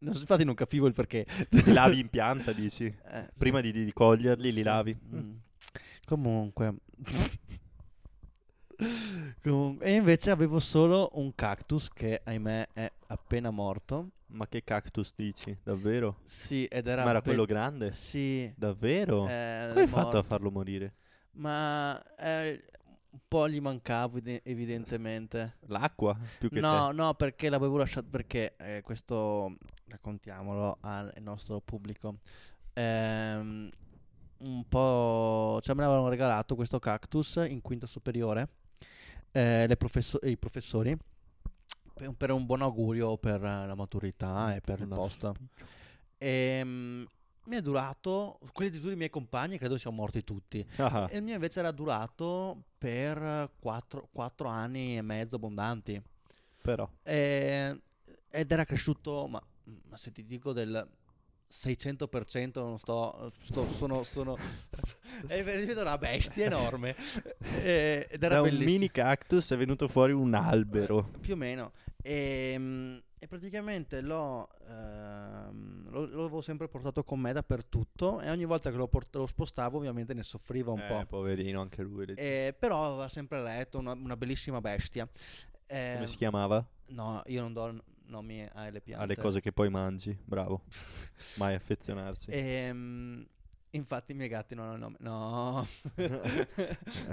S1: Non so- infatti non capivo il perché.
S2: Li lavi in pianta, dici?
S1: Eh, sì.
S2: Prima di, di coglierli, li
S1: Sì.
S2: lavi.
S1: Mm. Comunque. Comun- E invece avevo solo un cactus che, ahimè, è appena morto.
S2: Ma che cactus dici? Davvero?
S1: Sì, ed era...
S2: Ma era
S1: be-
S2: quello grande?
S1: Eh, Sì.
S2: Davvero?
S1: eh,
S2: Come hai fatto a
S1: morto.
S2: farlo morire?
S1: Ma eh, un po' gli mancavo ide- evidentemente.
S2: L'acqua? Più che
S1: No, no, perché l'avevo lasciato perché eh, questo raccontiamolo al nostro pubblico. Ehm, un po' cioè me l'avevano regalato questo cactus in quinta superiore eh, le professo- i professori per, per un buon augurio per eh, la maturità e per il
S2: Una
S1: posto. Ehm, mi è durato, quelli di tutti i miei compagni credo siano morti tutti.
S2: te. Ah,
S1: E il mio invece era durato per 4, anni e mezzo abbondanti.
S2: però.
S1: E- Ehm, ed era cresciuto, ma, ma se ti dico del 600% non sto, sto- sono, sono è veramente una bestia enorme. E- ed era
S2: da un
S1: bellissimo. Eh,
S2: mini cactus è venuto fuori un albero.
S1: Più o meno. Ehm, E praticamente l'ho, ehm, lo, lo avevo sempre portato con me dappertutto e ogni volta che lo, port- lo spostavo ovviamente ne soffriva
S2: Eh,
S1: un po'.
S2: poverino, anche lui. le-
S1: Eh, però aveva sempre retto, una, una bellissima bestia. Eh,
S2: Come si chiamava?
S1: No, io non do nomi alle piante.
S2: Alle cose che poi mangi, bravo. Mai affezionarsi.
S1: Ehm, infatti i miei gatti non hanno nome. No.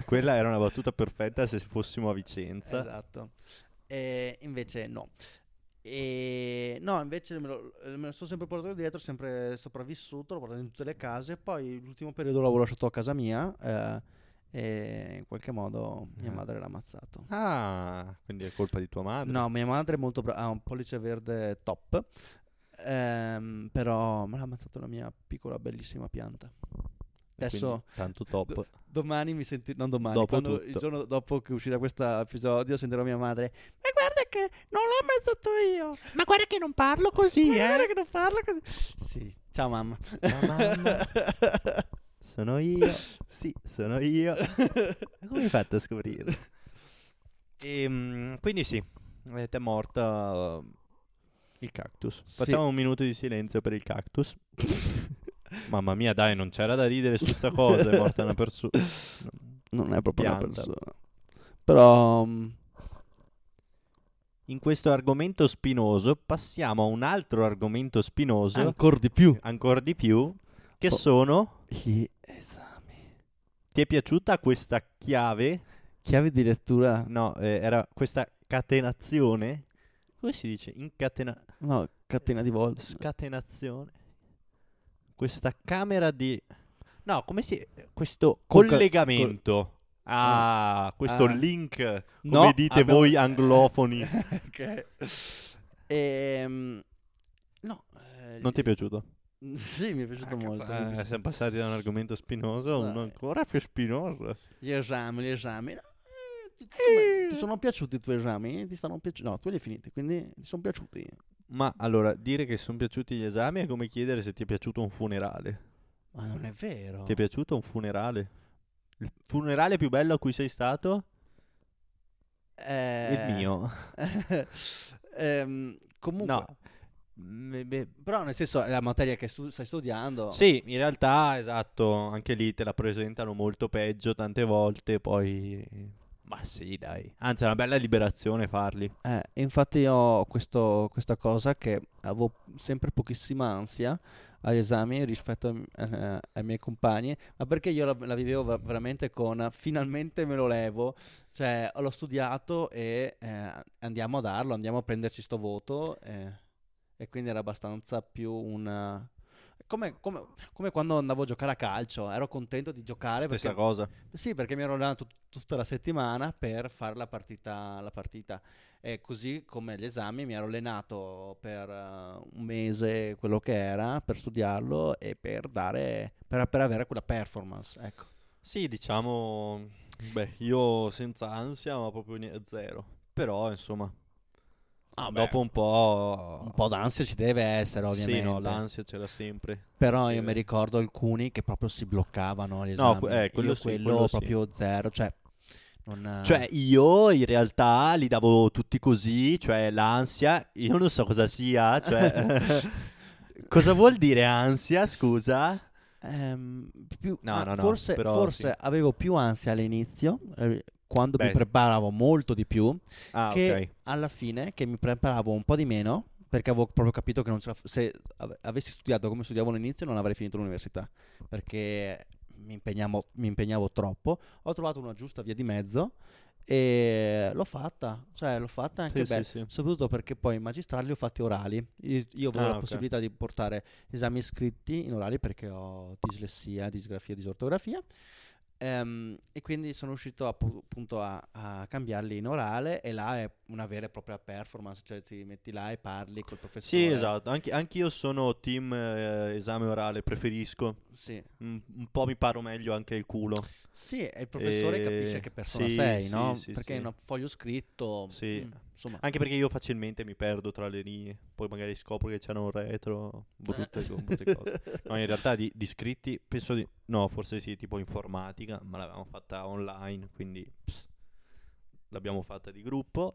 S2: Quella era una battuta perfetta se fossimo a Vicenza.
S1: Esatto. E invece no. E no, invece me lo, me lo sono sempre portato dietro, sempre sopravvissuto, l'ho portato in tutte le case. Poi l'ultimo periodo l'avevo lasciato a casa mia eh, e in qualche modo mia
S2: Eh.
S1: madre l'ha ammazzato.
S2: Ah, quindi è colpa di tua madre.
S1: No, mia madre è molto brava, ha un pollice verde top, ehm, però me l'ha ammazzato la mia piccola bellissima pianta.
S2: E quindi
S1: Adesso
S2: Tanto top.
S1: Domani mi senti, non domani,
S2: Dopo
S1: quando-
S2: tutto.
S1: il giorno dopo che uscirà questo episodio sentirò mia madre. Ma guarda che non l'ho ammazzato io.
S3: Ma guarda che non parlo così,
S1: Ma
S3: eh.
S1: guarda che non parlo così. Sì, ciao mamma.
S2: Ma mamma, sono io. Sì, sono io. Ma come hai fatto a scoprirlo? Ehm, quindi sì, eh, ti è morta eh, il cactus. Facciamo un minuto di silenzio per il cactus. Mamma mia, dai, non c'era da ridere su sta cosa, è morta una persona.
S1: Non è proprio
S2: Pianta.
S1: una persona. Però mm,
S2: In questo argomento spinoso passiamo a un altro argomento spinoso,
S1: ancora di più
S2: ancora di più, che
S1: Po-
S2: sono...
S1: gli esami.
S2: Ti è piaciuta questa chiave?
S1: Chiavi di lettura?
S2: No, eh, era questa catenazione. Come si dice? Incatena...
S1: No, catena di volte.
S2: Scatenazione. Questa camera di... No, come si... Questo
S1: Col-
S2: collegamento. Ah, questo
S1: Ah.
S2: link, come
S1: No,
S2: dite
S1: abbiamo-
S2: voi anglofoni.
S1: ok. Ehm, no, eh,
S2: Non ti è piaciuto?
S1: Sì, mi è piaciuto molto. mi è piaciuto.
S2: Ah, eh,
S1: Ah, eh.
S2: siamo passati da un argomento spinoso a uno
S1: Dai.
S2: ancora più spinoso.
S1: Gli esami, gli esami. No, eh, ti- come- Ti sono piaciuti i tuoi esami? Ti stanno piaci- No, tu li hai finiti, quindi ti sono piaciuti.
S2: Ma allora, dire che sono piaciuti gli esami è come chiedere se ti è piaciuto un funerale.
S1: Ma non è vero.
S2: Ti è piaciuto un funerale? Il funerale più bello a cui sei stato?
S1: Eh,
S2: Il mio.
S1: ehm, comunque, eh,
S2: No. Mm, beh,
S1: però nel senso è la materia che stu- stai studiando.
S2: Sì, in realtà, esatto, anche lì te la presentano molto peggio tante volte, poi... Ma sì, dai. Anzi, è una bella liberazione farli.
S1: Eh, infatti io ho questo- questa cosa che avevo sempre pochissima ansia agli esami rispetto ai, eh, ai miei compagni, ma perché io la, la vivevo ver- veramente con eh, finalmente me lo levo, cioè l'ho studiato e eh, andiamo a darlo, andiamo a prenderci sto voto eh, e quindi era abbastanza più una... Come, come- come quando andavo a giocare a calcio, ero contento di giocare
S2: Stessa
S1: perché
S2: cosa.
S1: sì, perché mi ero allenato tut- tutta la settimana per fare la partita, la partita. E così come gli esami mi ero allenato per eh, un mese, quello che era, per studiarlo e per dare, per, per avere quella performance, ecco.
S2: Sì, diciamo, beh, io senza ansia, ma proprio ne- zero. Però, insomma, dopo un po'...
S1: Ah, un po' d'ansia ci deve essere,
S2: Sì,
S1: ovviamente.
S2: no, l'ansia c'era sempre.
S1: Però io
S2: sì.
S1: mi ricordo alcuni che proprio si bloccavano gli
S2: No,
S1: esami.
S2: que- eh,
S1: Io
S2: quello sì,
S1: quello
S2: quello sì.
S1: proprio zero, cioè non
S2: Cioè, io in realtà li davo tutti così, cioè l'ansia, io non so cosa sia, cioè... cosa vuol dire ansia, scusa?
S1: Ehm, più-
S2: No,
S1: ah,
S2: no, no,
S1: forse
S2: però
S1: forse
S2: sì.
S1: avevo più ansia all'inizio, eh, quando mi
S2: Beh.
S1: preparavo molto di più,
S2: Ah,
S1: che
S2: ok.
S1: alla fine che mi preparavo un po' di meno, perché avevo proprio capito che non ce la f- se av- avessi studiato come studiavo all'inizio non avrei finito l'università, perché mi impegnavo, mi impegnavo troppo. Ho trovato una giusta via di mezzo e l'ho fatta, cioè l'ho fatta anche
S2: Sì, sì,
S1: bene.
S2: sì.
S1: Soprattutto perché poi i magistrali li ho fatti orali. Io, io avevo
S2: Ah,
S1: la
S2: ok.
S1: possibilità di portare esami scritti in orali perché ho dislessia, disgrafia, disortografia. Ehm, e quindi sono riuscito a pu- appunto a, a cambiarli in orale e là è una vera e propria performance, cioè ti metti là e parli col professore.
S2: Sì, esatto. Anche, anch'io sono team eh, esame orale, preferisco.
S1: Sì,
S2: Un, un po' mi paro meglio anche il culo.
S1: Sì, e il professore
S2: Eh,
S1: capisce che persona
S2: sì,
S1: sei,
S2: sì,
S1: no?
S2: sì,
S1: perché
S2: sì.
S1: in un foglio scritto,
S2: Sì.
S1: mm, insomma,
S2: Anche perché io facilmente mi perdo tra le linee, poi magari scopro che c'era un retro, brutte, co- brutte cose. No, in realtà di, di scritti, penso di... No, forse sì, tipo informatica, ma l'avevamo fatta online, quindi pss, l'abbiamo fatta di gruppo.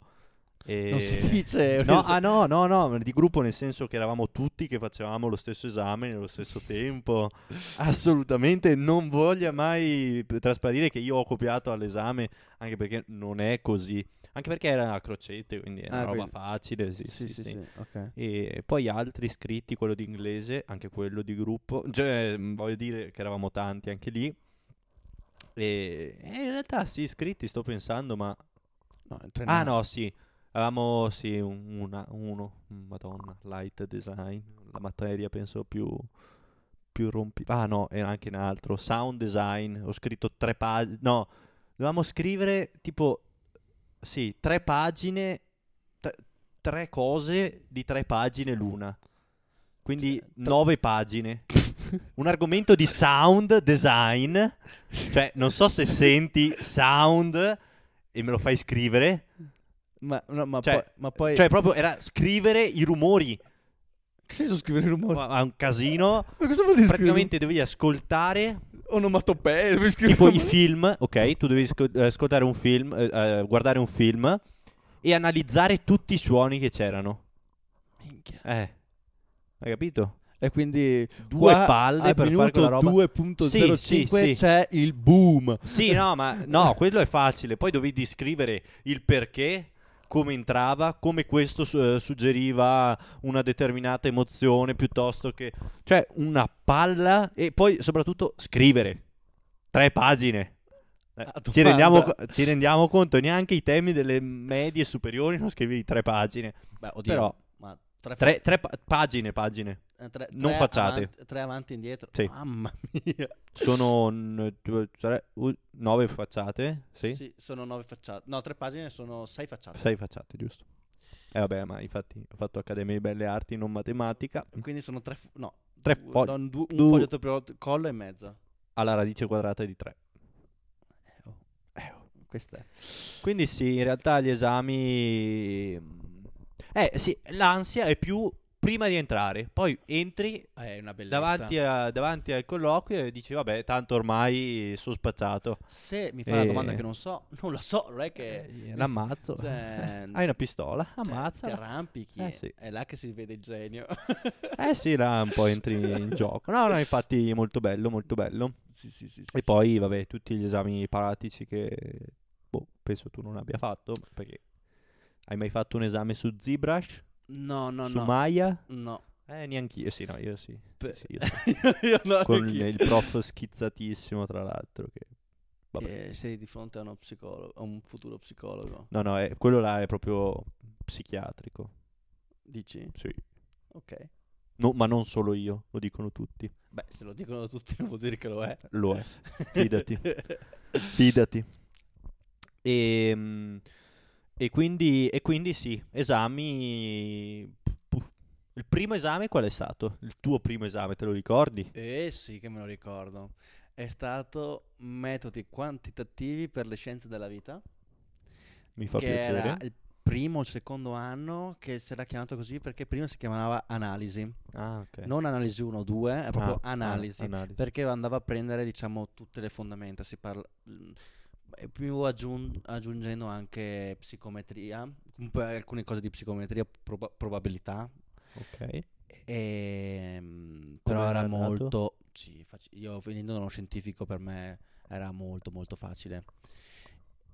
S2: E-
S1: Non si dice.
S2: No, ah no, no, no, di gruppo nel senso che eravamo tutti che facevamo lo stesso esame nello stesso tempo. Assolutamente non voglia mai p- trasparire che io ho copiato all'esame, anche perché non è così. Anche perché era a crocette, quindi è una
S1: Ah,
S2: roba
S1: quindi-
S2: facile. Sì,
S1: Sì,
S2: sì,
S1: sì,
S2: sì.
S1: sì, ok.
S2: E poi altri iscritti, quello di inglese, anche quello di gruppo. Cioè, mh, voglio dire che eravamo tanti anche lì. E, e in realtà sì, iscritti sto pensando, ma
S1: No, in tre ne
S2: Ah,
S1: ha-
S2: no, sì. Avevamo, sì, un- una- uno, Mm, madonna, light design, la materia penso più, più rompi... Ah, no, era anche un altro, sound design, ho scritto tre pagine, no, dovevamo scrivere tipo, sì, tre pagine, tre- tre cose di tre pagine l'una. Quindi nove pagine. Un argomento di sound design, cioè non so se senti sound e me lo fai scrivere.
S1: Ma, no, ma,
S2: Cioè-
S1: poi, ma poi.
S2: Cioè, proprio era scrivere i rumori.
S1: che senso scrivere i rumori?
S2: Ma ma un casino.
S1: Ma cosa vuol dire
S2: Praticamente dovevi ascoltare
S1: scrivere? Onomatopee, devi scrivere.
S2: tipo i film, ok? Tu dovevi sco- eh, ascoltare un film, eh, eh, guardare un film e analizzare tutti i suoni che c'erano.
S1: Minchia.
S2: Eh. Hai capito?
S1: E quindi
S2: Due
S1: qua
S2: palle
S1: al
S2: per fare
S1: minuto
S2: quella roba.
S1: 2.05
S2: Sì, sì, sì.
S1: c'è il boom.
S2: Sì, no, ma no, quello è facile. Poi dovevi descrivere il perché, come entrava, come questo su- eh, suggeriva una determinata emozione piuttosto che. cioè, una palla e poi soprattutto scrivere. Tre pagine. Eh,
S1: A domanda.
S2: ci, rendiamo, co- ci rendiamo conto, neanche i temi delle medie superiori non scrivevi tre pagine.
S1: Beh, oddio.
S2: Però-
S1: ma tre,
S2: Tre, tre pa- pagine, pagine.
S1: eh, tre-
S2: non
S1: tre
S2: facciate.
S1: avanti- tre avanti e indietro.
S2: Sì.
S1: Mamma mia.
S2: Sono n- due, tre, u- nove facciate. Sì?
S1: Sì, sono nove facciate. No, tre pagine sono sei facciate.
S2: Sei facciate, giusto? Eh vabbè, ma infatti ho fatto Accademia di Belle Arti, non matematica.
S1: Quindi sono tre. fo- no,
S2: Tre
S1: due-
S2: fogli-
S1: no, un du- un
S2: du-
S1: foglietto per volta, collo e mezzo.
S2: Alla radice quadrata di 3.
S1: Questa è.
S2: Quindi sì, in realtà gli esami... Eh sì, l'ansia è più prima di entrare. Poi entri
S1: Eh, È una bellezza.
S2: davanti, a- davanti al colloquio e dici, vabbè, tanto ormai sono spacciato.
S1: Se mi fa una
S2: Eh.
S1: domanda che non so, non la so, non è che.
S2: Eh, l'ammazzo.
S1: Cioè,
S2: Hai una pistola,
S1: cioè, Ti
S2: ammazza.
S1: arrampichi.
S2: Eh, sì.
S1: È là che si vede il genio.
S2: Eh sì, là un po' entri in gioco. No, no, infatti molto bello, molto bello.
S1: sì, sì, sì, sì,
S2: E
S1: sì.
S2: poi, vabbè, tutti gli esami pratici che boh, penso tu non abbia fatto. Perché hai mai fatto un esame su ZBrush?
S1: No, no,
S2: su
S1: no.
S2: Maya?
S1: No.
S2: Eh, neanch'io. Sì, no, io sì. Sì,
S1: Beh,
S2: sì, io-
S1: Io no,
S2: con
S1: anch'io.
S2: il prof schizzatissimo, tra l'altro. Che... Vabbè.
S1: Eh, sei di fronte a uno psicologo, a un futuro psicologo.
S2: No, no, eh, quello là è proprio psichiatrico.
S1: Dici?
S2: Sì.
S1: Ok.
S2: No, ma non solo io, lo dicono tutti.
S1: Beh, se lo dicono tutti non vuol dire che lo è.
S2: Lo è. Fidati. Fidati. E, mm, e quindi, e quindi sì, esami... puh. Il primo esame qual è stato? Il tuo primo esame, te lo ricordi?
S1: Eh sì, che me lo ricordo. È stato metodi quantitativi per le scienze della vita,
S2: Mi fa
S1: che
S2: piacere.
S1: era il primo o il secondo anno che si era chiamato così perché prima si chiamava analisi,
S2: Ah, ok.
S1: non analisi 1 2, è proprio
S2: Ah, ah,
S1: analisi,
S2: analisi.
S1: perché andava a prendere, diciamo, tutte le fondamenta, si parla mm, e più aggiun- aggiungendo anche psicometria, comunque alcune cose di psicometria, proba- probabilità,
S2: Ok.
S1: Ehm,
S2: Come
S1: però era
S2: era nato?
S1: molto. sì, fac- io venendo da uno scientifico, per me era molto, molto facile.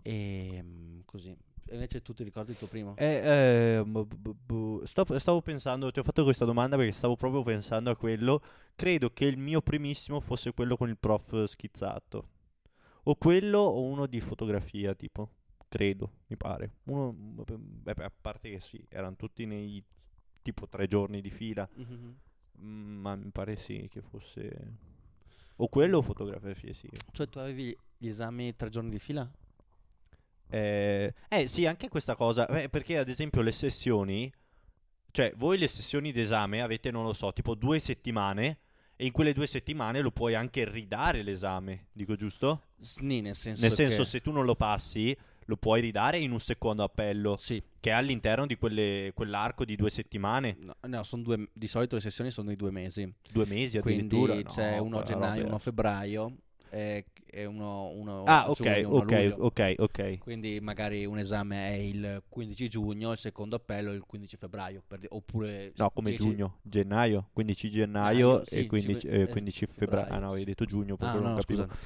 S1: Ehm, così. E Invece tu ti ricordi il tuo primo?
S2: Eh, eh, bu- bu- bu- sto- boh, stavo pensando, ti ho fatto questa domanda perché stavo proprio pensando a quello. Credo che il mio primissimo fosse quello con il prof schizzato. O quello o uno di fotografia, tipo. Credo, mi pare. Uno, vabbè, beh, a parte che sì, erano tutti nei tipo tre giorni di fila.
S1: Mhm.
S2: Mm, Ma mi pare sì che fosse... O quello o fotografia, sì.
S1: Cioè, tu avevi gli esami tre giorni di fila?
S2: Eh, eh, sì, anche questa cosa, eh, perché ad esempio le sessioni, cioè voi le sessioni d'esame avete, non lo so, tipo due settimane e in quelle due settimane lo puoi anche ridare l'esame, dico giusto?
S1: Sì, nel senso.
S2: Nel senso
S1: che-
S2: se tu non lo passi lo puoi ridare in un secondo appello
S1: Sì,
S2: che è all'interno di quelle- quell'arco di due settimane,
S1: no, no, sono due, di solito le sessioni sono di due mesi.
S2: due mesi
S1: Quindi
S2: addirittura.
S1: c'è
S2: no,
S1: uno a
S2: quella roba
S1: gennaio,
S2: era-
S1: uno a febbraio. e, e uno, uno
S2: Ah,
S1: a
S2: ok,
S1: giugno e uno a
S2: ok,
S1: luglio.
S2: ok, ok.
S1: Quindi magari un esame è il 15 giugno, il secondo appello è il 15 febbraio, per di- oppure...
S2: No, come
S1: 10
S2: giugno, gennaio, 15
S1: Gennaio,
S2: gennaio e
S1: Ah, sì,
S2: 15,
S1: cinque-
S2: eh,
S1: eh,
S2: 15 febbraio. Ah
S1: febbraio,
S2: no,
S1: sì.
S2: hai detto giugno,
S1: Ah,
S2: proprio non
S1: no,
S2: capivo.
S1: scusa.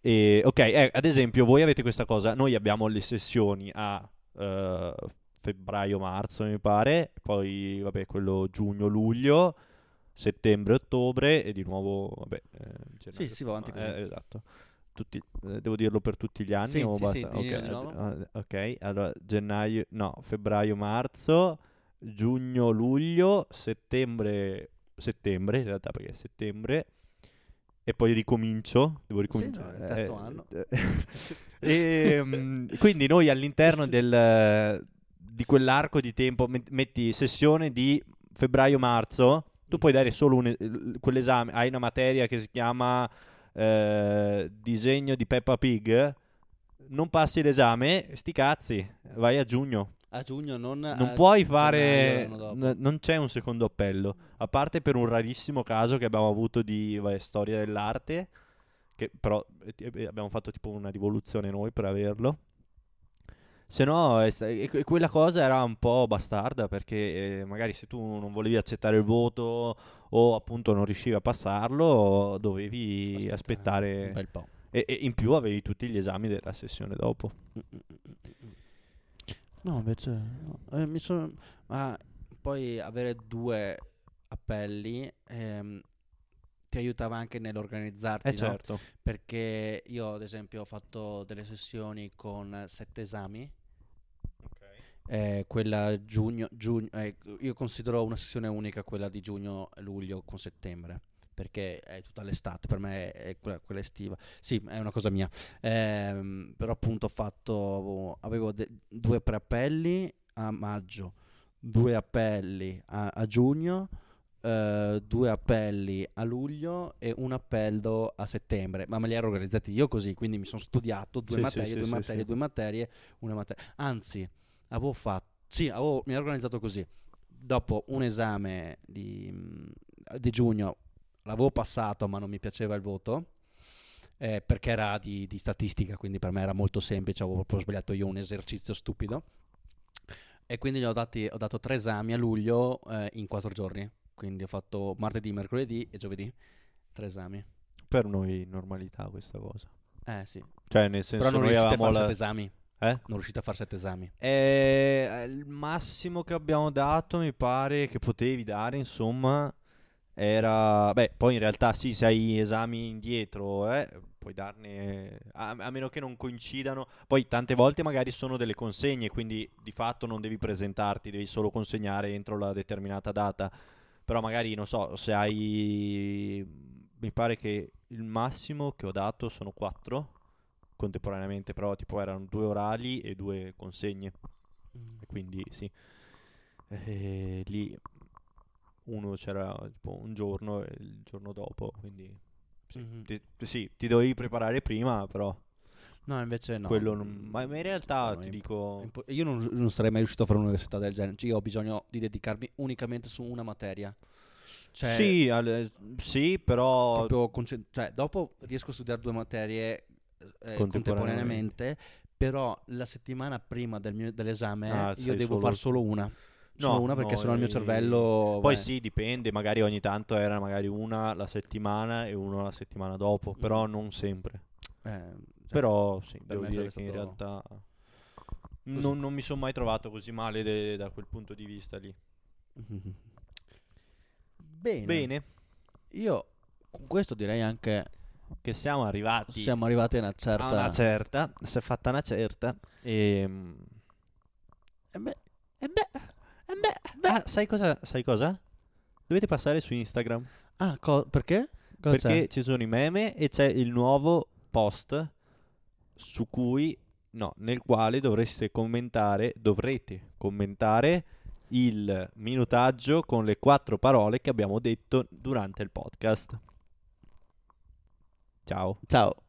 S2: E, ok, eh, ad esempio, voi avete questa cosa. Noi abbiamo le sessioni a eh, febbraio-marzo, mi pare, poi, vabbè, quello giugno-luglio, settembre-ottobre e di nuovo, vabbè, eh, gennaio,
S1: si va avanti
S2: insomma.
S1: così.
S2: Eh, esatto. Tutti- eh, devo dirlo per tutti gli anni
S1: Sì,
S2: o
S1: sì, sì, dillo
S2: basta? Ok,
S1: di
S2: ad-
S1: nuovo.
S2: ad- ok, allora gennaio, no, febbraio-marzo, giugno-luglio, settembre, settembre in realtà perché è settembre e poi ricomincio, devo eh, ricominciare.
S1: no, è il terzo anno.
S2: e, mm, quindi noi all'interno del, di quell'arco di tempo met- metti sessione di febbraio-marzo, tu puoi dare solo un, l- quell'esame, hai una materia che si chiama eh, disegno di Peppa Pig, non passi l'esame, sti cazzi, vai a giugno.
S1: A giugno non...
S2: Non
S1: a
S2: puoi
S1: gennaio,
S2: fare.
S1: cioè, l'anno dopo.
S2: n- non c'è un secondo appello. A parte per un rarissimo caso che abbiamo avuto di vabbè, storia dell'arte. Che però eh, ti- eh, abbiamo fatto tipo una rivoluzione noi per averlo. Se no, è sta- e que- quella cosa era un po' bastarda perché eh, magari se tu non volevi accettare il voto o appunto non riuscivi a passarlo, dovevi
S1: eh,
S2: aspettare.
S1: Un bel po'.
S2: e, e in più avevi tutti gli esami della sessione dopo.
S1: No, invece no. Eh, mi sono... Ma poi avere due appelli ehm, ti aiutava anche nell'organizzarti,
S2: Eh,
S1: no?
S2: certo.
S1: Perché io, ad esempio, ho fatto delle sessioni con sette esami. Eh, quella giugno, giugno eh, io considero una sessione unica quella di giugno, luglio con settembre perché è tutta l'estate, per me è quella, quella estiva. Sì, è una cosa mia. Ehm, però appunto ho fatto, avevo de- due preappelli a maggio, due appelli a, a giugno, eh, due appelli a luglio e un appello a settembre. Ma me li ero organizzati io così, quindi mi sono studiato due
S2: Sì, sì,
S1: materie,
S2: sì,
S1: due
S2: sì,
S1: materie,
S2: sì.
S1: due materie, una materia. Anzi, avevo fatto, sì, avevo- mi ero organizzato così. Dopo un esame di, di giugno l'avevo passato ma non mi piaceva il voto eh, perché era di, di statistica quindi per me era molto semplice avevo proprio sbagliato io un esercizio stupido e quindi gli ho, dati- ho dato tre esami a luglio eh, in quattro giorni quindi ho fatto martedì, mercoledì e giovedì tre esami
S2: Per noi normalità questa cosa.
S1: eh sì
S2: Cioè, nel senso,
S1: però non
S2: noi
S1: riuscite a fare
S2: avevamo la-
S1: sette esami
S2: Eh?
S1: non riuscite a fare sette esami
S2: Eh, il massimo che abbiamo dato, mi pare, che potevi dare, insomma, era... Beh, poi in realtà sì, se hai esami indietro, eh, puoi darne... A, a meno che non coincidano... Poi tante volte magari sono delle consegne, quindi di fatto non devi presentarti, devi solo consegnare entro la determinata data. Però magari, non so, se hai... Mi pare che il massimo che ho dato sono quattro contemporaneamente, però tipo erano due orali e due consegne. E quindi sì, Eh, lì uno c'era tipo un giorno e il giorno dopo, quindi sì,
S1: Mhm.
S2: ti, sì, ti dovevi preparare prima, però
S1: no invece no mm,
S2: quello non... Ma ma in realtà
S1: No,
S2: ti
S1: è imp-
S2: dico...
S1: Impo- Io non, non sarei mai riuscito a fare un'università del genere. Cioè, io ho bisogno di dedicarmi unicamente su una materia. Cioè,
S2: sì, al- sì, però...
S1: proprio concen- cioè, dopo riesco a studiare due materie eh,
S2: Contemporaneamente.
S1: contemporaneamente, però la settimana prima del mio- dell'esame
S2: Ah,
S1: io
S2: sei
S1: devo
S2: solo-
S1: far solo una. solo una perché
S2: no,
S1: sennò il mio
S2: eh,
S1: cervello...
S2: Poi
S1: eh,
S2: sì, dipende, magari ogni tanto era magari una la settimana e una la settimana dopo,
S1: Mm.
S2: però non sempre.
S1: eh, cioè,
S2: Però sì, devo
S1: me
S2: dire che in
S1: sarebbe
S2: realtà non, non mi sono mai trovato così male de- da quel punto di vista lì.
S1: Bene.
S2: Bene,
S1: Io con questo direi anche
S2: che siamo arrivati
S1: siamo arrivati a una certa...
S2: a Ah, una certa, si è fatta una certa. ehm,
S1: Eh
S2: E,
S1: beh,
S4: E beh,
S1: Eh,
S4: e beh, beh.
S2: ah, sai cosa? Sai cosa? Dovete passare su Instagram
S1: ah, co- perché? Cosa c'è?
S2: perché ci sono i meme e c'è il nuovo post su cui no, nel quale dovreste commentare, dovrete commentare il minutaggio con le quattro parole che abbiamo detto durante il podcast. Ciao.
S1: Ciao.